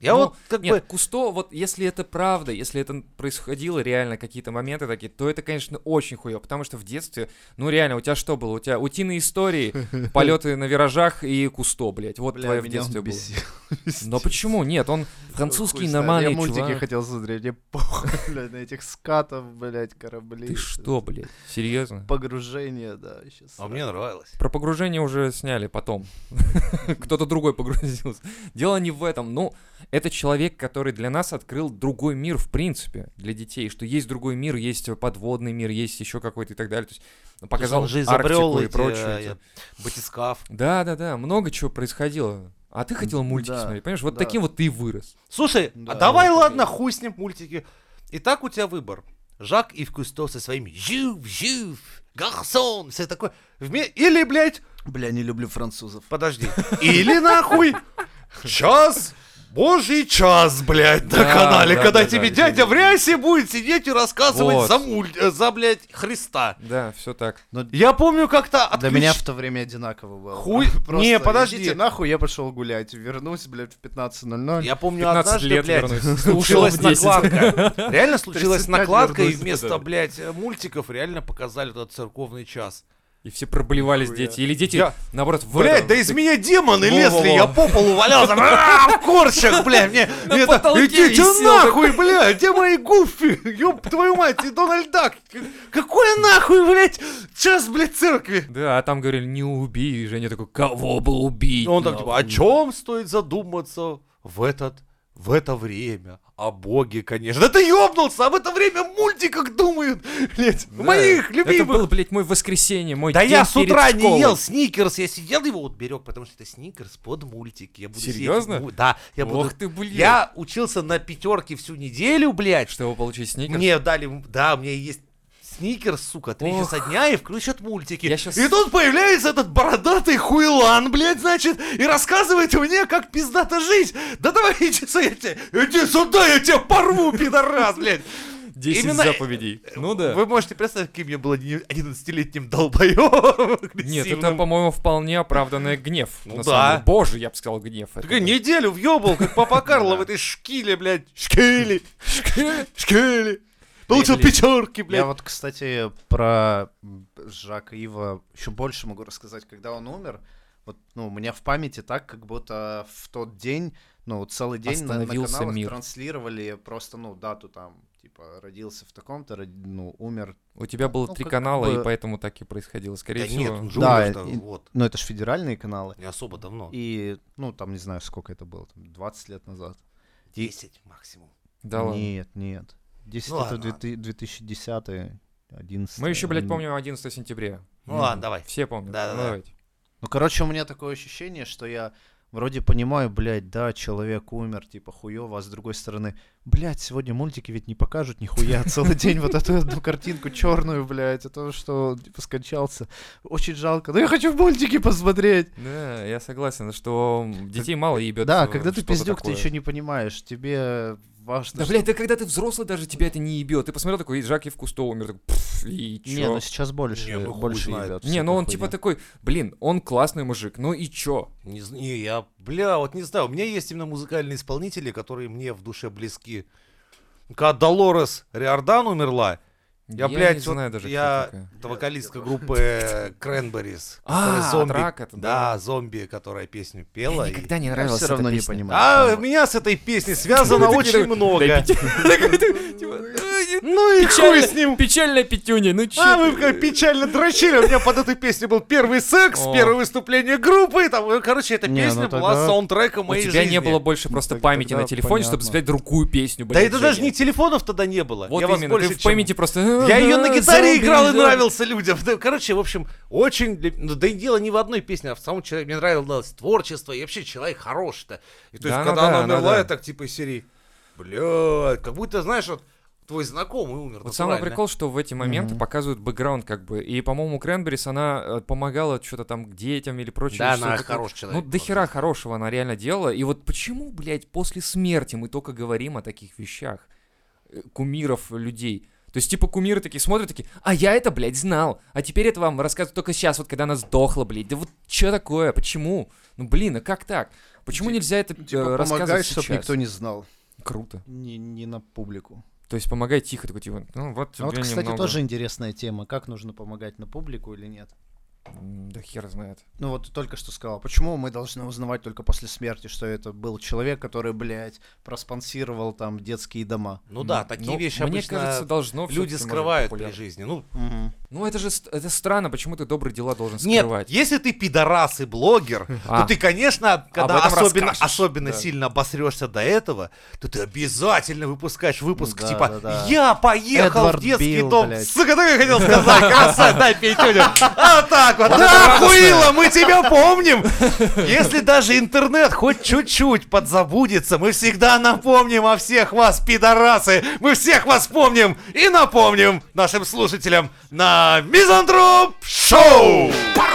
Speaker 5: Я
Speaker 3: Ну,
Speaker 5: вот как
Speaker 3: Нет,
Speaker 5: бы...
Speaker 3: Кусто, вот если это правда, если это происходило реально какие-то моменты такие, то это, конечно, очень хуё, потому что в детстве, ну реально, у тебя что было? У тебя утиные истории, полеты на виражах и Кусто, блядь. Вот
Speaker 1: Бля,
Speaker 3: твое в
Speaker 1: меня
Speaker 3: детстве
Speaker 1: он
Speaker 3: было.
Speaker 1: бесил.
Speaker 3: Но почему? Нет, он
Speaker 1: Хуй
Speaker 3: французский
Speaker 1: знает,
Speaker 3: нормальный
Speaker 1: Я мультики
Speaker 3: чувак.
Speaker 1: хотел смотреть, мне похуй, блядь, на этих скатов, блядь, кораблей.
Speaker 3: Ты что, блядь? Серьезно?
Speaker 1: Погружение, да, сейчас.
Speaker 5: А мне нравилось.
Speaker 3: Про погружение уже сняли потом. Кто-то другой погрузился. Дело не в этом. Ну, это человек, который для нас открыл другой мир, в принципе, для детей. Что есть другой мир, есть подводный мир, есть еще какой-то и так далее. То есть ну, показал
Speaker 5: Он же изобрел
Speaker 3: Арктику и
Speaker 5: эти,
Speaker 3: прочее.
Speaker 5: э, батискаф.
Speaker 3: Да, да, да. Много чего происходило. А ты хотел мультики
Speaker 1: да,
Speaker 3: смотреть, понимаешь? Вот
Speaker 1: да.
Speaker 3: таким вот ты и вырос.
Speaker 5: Слушай, а
Speaker 1: Да,
Speaker 5: давай,
Speaker 1: вот
Speaker 5: ладно,
Speaker 1: это
Speaker 5: хуй с ним мультики. Итак, у тебя выбор. Жак и Кусто со своими «Жив, жив, гарсон», все такое. Вме- Или, блядь,
Speaker 1: Бля, не люблю французов.
Speaker 5: подожди, или нахуй час, божий час, блядь, на
Speaker 3: Да,
Speaker 5: канале,
Speaker 3: да,
Speaker 5: когда
Speaker 3: да,
Speaker 5: тебе
Speaker 3: да,
Speaker 5: дядя в рясе будет сидеть и рассказывать
Speaker 3: Вот.
Speaker 5: за, мульт, э, за, блядь, Христа.
Speaker 3: Да, все так.
Speaker 5: Я помню как-то
Speaker 1: Для
Speaker 5: отключ...
Speaker 1: меня в то время одинаково было.
Speaker 5: Хуй-
Speaker 1: Просто
Speaker 5: Не, подожди.
Speaker 1: идите нахуй, я пошел гулять. Вернусь, блядь, в 15.00.
Speaker 5: Я помню
Speaker 3: 15
Speaker 5: однажды,
Speaker 3: лет
Speaker 5: блядь,
Speaker 3: вернусь.
Speaker 5: случилась
Speaker 3: Ушел в 10.
Speaker 5: накладка. Реально случилась
Speaker 1: 35
Speaker 5: накладка, и
Speaker 1: вернусь,
Speaker 5: вместо,
Speaker 1: да.
Speaker 5: блядь, мультиков реально показали этот церковный час.
Speaker 3: И все проболевались дети. Или дети,
Speaker 5: Я-
Speaker 3: наоборот, в
Speaker 5: Блядь,
Speaker 3: этом-
Speaker 5: да из меня демоны лезли,
Speaker 3: Во-во-во.
Speaker 5: я по полу валялся, а, в корчах, блядь, мне мне это,
Speaker 3: потолке
Speaker 5: идите
Speaker 3: висел
Speaker 5: нахуй, блядь, где мои гуфи, ёб твою мать, и Дональд Дак, какой нахуй, блядь, час, блядь, церкви.
Speaker 3: Да, а там говорили, не убей. И Женя такой, кого бы убить?
Speaker 5: И он так,
Speaker 3: нахуй?»
Speaker 5: типа, о чем стоит задуматься в этот, в это время? О боге, конечно. Да ты ёбнулся, а в это время в мультиках думают, блядь,
Speaker 3: Да.
Speaker 5: моих любимых.
Speaker 3: Это было, блядь, мой воскресенье, мой
Speaker 5: Да
Speaker 3: день
Speaker 5: я с
Speaker 3: перед
Speaker 5: утра не
Speaker 3: школой.
Speaker 5: ел сникерс, я сидел его вот берег, потому что это сникерс под мультик. Я буду сидеть-
Speaker 3: Серьезно?
Speaker 5: Ну, Да, я буду.
Speaker 3: Ох ты, блядь.
Speaker 5: Я учился на пятерке всю неделю, блядь. Что
Speaker 3: Чтобы получить сникерс.
Speaker 5: мне дали, м- да, у меня есть сникерс, сука, три
Speaker 3: Ох.
Speaker 5: часа дня и включат мультики.
Speaker 3: Я щас-
Speaker 5: И тут появляется этот бородатый хуйлан, блядь, значит, и рассказывает мне, как пиздато жить. Да давай иди, сюда, я тебя, иди сюда, я тебя порву, пидорас, блядь.
Speaker 3: 10
Speaker 5: именно- э,
Speaker 3: заповедей. Ну да.
Speaker 5: Вы можете представить, каким я был 11-летним долбоёбом
Speaker 3: Нет,
Speaker 5: агрессивным.
Speaker 3: это, по-моему, вполне оправданный гнев.
Speaker 5: Ну
Speaker 3: на
Speaker 5: да.
Speaker 3: самом деле. Боже, я бы сказал, гнев. Это
Speaker 5: Такой неделю въебал, как папа Карло в этой шкиле, блядь. Шкили,
Speaker 3: был.
Speaker 5: шкили. Получил
Speaker 3: Блин.
Speaker 5: пятерки,
Speaker 1: Я
Speaker 5: блядь.
Speaker 1: вот, кстати, про м, Жака Ива еще больше могу рассказать, когда он умер. Вот, ну, у меня в памяти так, как будто в тот день, ну, целый день на, на
Speaker 3: Остановился
Speaker 1: каналах
Speaker 3: мир.
Speaker 1: транслировали просто, ну, дату там, типа, родился в таком-то, род- ну, умер.
Speaker 3: У тебя было
Speaker 1: Ну,
Speaker 3: три
Speaker 1: как
Speaker 3: канала,
Speaker 1: бы-
Speaker 3: и поэтому так и происходило. Скорее
Speaker 5: Да нет,
Speaker 3: всего.
Speaker 5: он же
Speaker 1: Да,
Speaker 5: умер-то,
Speaker 1: и-
Speaker 5: вот.
Speaker 1: Ну, это же федеральные каналы.
Speaker 5: Не особо давно.
Speaker 1: И, ну, там, не знаю, сколько это было, там, 20 лет назад.
Speaker 5: 10 максимум.
Speaker 3: Да ладно.
Speaker 1: Нет, нет. 10
Speaker 5: Ну
Speaker 1: это
Speaker 5: ладно,
Speaker 1: 2010 11
Speaker 3: Мы еще, блядь, помним 11 сентября.
Speaker 5: Ну ладно, давай.
Speaker 3: Все помнят.
Speaker 5: Да-да-да.
Speaker 3: Ну, давайте.
Speaker 1: Ну, короче, у меня такое ощущение, что я Вроде понимаю, блядь, да, человек умер, типа, хуёво, а с другой стороны, блядь, сегодня мультики ведь не покажут нихуя, целый день вот эту одну картинку черную, блядь, а то, что он, типа, скончался. Очень жалко, но я хочу мультики посмотреть.
Speaker 3: Да, я согласен, что детей мало ебет. ну,
Speaker 1: Да, когда ты пиздюк, ты еще не понимаешь, тебе важно...
Speaker 3: Да,
Speaker 1: что-
Speaker 3: блядь, да когда ты взрослый, даже тебя это не ебет. Ты посмотрел такой, и Жак Евкус то умер, такой, «Пф, и чё?
Speaker 1: Не, ну сейчас больше,
Speaker 5: Не, ну хуй
Speaker 1: больше
Speaker 5: знает.
Speaker 1: ебёт
Speaker 3: Не,
Speaker 1: всякая
Speaker 3: ну он
Speaker 1: хуйня.
Speaker 3: типа такой, блин, он классный мужик, ну и чё?
Speaker 5: Не, зн- не, я, бля, вот не знаю. У меня есть именно музыкальные исполнители, которые мне в душе близки. Когда Долорес Риордан умерла, я,
Speaker 3: не
Speaker 5: блядь, вот
Speaker 3: знаю даже, кто
Speaker 5: я
Speaker 3: такая.
Speaker 5: это вокалистка группы Кренберис.
Speaker 3: А,
Speaker 5: которая
Speaker 3: от рака-то, да.
Speaker 5: Да, зомби, которая песню пела.
Speaker 3: Мне
Speaker 5: и-
Speaker 3: никогда не
Speaker 1: Я
Speaker 3: нравилась
Speaker 1: все
Speaker 3: эта
Speaker 1: равно не
Speaker 3: песня.
Speaker 1: понимаю.
Speaker 5: А
Speaker 1: почему.
Speaker 5: меня с этой песней связано очень много.
Speaker 3: Такой ты, типа, «Ай,
Speaker 5: Ну и хуй с ним.
Speaker 3: Печально, печальная пятюня, ну чё
Speaker 5: А
Speaker 3: ты?»
Speaker 5: мы как печально дрочили. У меня под этой песней был первый секс,
Speaker 3: О.
Speaker 5: первое выступление группы. и Там, э, короче, эта
Speaker 1: Не,
Speaker 5: песня
Speaker 1: ну
Speaker 5: была
Speaker 1: тогда-
Speaker 5: саундтреком
Speaker 3: У
Speaker 5: моей
Speaker 3: тебя не
Speaker 5: жизни.
Speaker 3: было больше просто
Speaker 1: так
Speaker 3: памяти
Speaker 1: тогда
Speaker 3: на телефоне, чтобы
Speaker 1: понятно.
Speaker 3: записать другую песню,
Speaker 5: Да
Speaker 3: блядь,
Speaker 5: это даже
Speaker 3: Женя.
Speaker 5: не телефонов тогда не было.
Speaker 3: Вот
Speaker 5: я вас
Speaker 3: именно,
Speaker 5: больше,
Speaker 3: ты в
Speaker 5: чем-
Speaker 3: памяти просто...
Speaker 5: Я ее на гитаре играл и
Speaker 3: нравился.
Speaker 5: нравился людям. Да, Короче, в общем, очень... для- ну, Да и дело не в одной песне, а в самом человеке. Мне нравилось творчество, и вообще человек хороший-то. И то есть,
Speaker 3: Да, ну
Speaker 5: когда
Speaker 3: да,
Speaker 5: она
Speaker 3: ну
Speaker 5: умерла,
Speaker 3: да.
Speaker 5: я так типа из серии... Блядь, как будто, знаешь, вот твой знакомый умер.
Speaker 3: Вот самый
Speaker 5: натурально.
Speaker 3: прикол, что в эти моменты показывают бэкграунд, как бы. И, по-моему, Кренберис, она э, помогала что-то там к детям или прочее.
Speaker 5: Да,
Speaker 3: или что-то
Speaker 5: она
Speaker 3: такое.
Speaker 5: хороший
Speaker 3: Ну,
Speaker 5: человек.
Speaker 3: до хера хорошего она реально делала. И вот почему, блядь, после смерти мы только говорим о таких вещах? Э, Кумиров людей. То есть, типа, кумиры такие смотрят, такие, а я это, блядь, знал. А теперь это вам рассказывают только сейчас, вот когда она сдохла, блядь. Да вот что такое? Почему? Ну, блин, а как так? Почему
Speaker 1: Ти-
Speaker 3: нельзя это э,
Speaker 1: Типа, помогай,
Speaker 3: рассказывать
Speaker 1: чтобы
Speaker 3: сейчас?
Speaker 1: никто не знал.
Speaker 3: Круто.
Speaker 1: Не, не на публику.
Speaker 3: То есть, помогай тихо, такой, типа, ну, вот тебе
Speaker 1: А вот, кстати,
Speaker 3: немного».
Speaker 1: тоже интересная тема. Как нужно помогать на публику или нет?
Speaker 3: М, Да хер знает.
Speaker 1: Ну вот ты только что сказал, почему мы должны узнавать только после смерти, что это был человек, который, блядь, проспонсировал там детские дома.
Speaker 5: Ну да, такие
Speaker 3: Ну,
Speaker 5: вещи
Speaker 3: Мне
Speaker 5: обычно
Speaker 3: кажется, должно
Speaker 5: люди
Speaker 3: всё-таки, может,
Speaker 5: скрывают при
Speaker 3: популярно.
Speaker 5: жизни. Ну,
Speaker 3: Ну это же ст- это странно, почему ты добрые дела должен
Speaker 5: Нет,
Speaker 3: скрывать.
Speaker 5: если ты пидорас и блогер,
Speaker 3: А.
Speaker 5: то ты, конечно, когда
Speaker 3: этом
Speaker 5: особенно,
Speaker 3: расскажешь.
Speaker 5: особенно
Speaker 3: Да.
Speaker 5: сильно обосрешься до этого, то ты обязательно выпускаешь выпуск
Speaker 1: Да,
Speaker 5: типа
Speaker 1: да, да.
Speaker 5: «Я поехал
Speaker 1: Эдвард
Speaker 5: в детский
Speaker 1: Билл,
Speaker 5: дом».
Speaker 1: блядь.
Speaker 5: Сука, так я хотел сказать, красавица, дай пятюню. А так вот, да, хуила, мы тебя помним. Если даже интернет хоть чуть-чуть подзабудется, мы всегда напомним о всех вас, пидорасы. Мы всех вас помним и напомним нашим слушателям на Мизантроп Шоу.
Speaker 4: Паркур!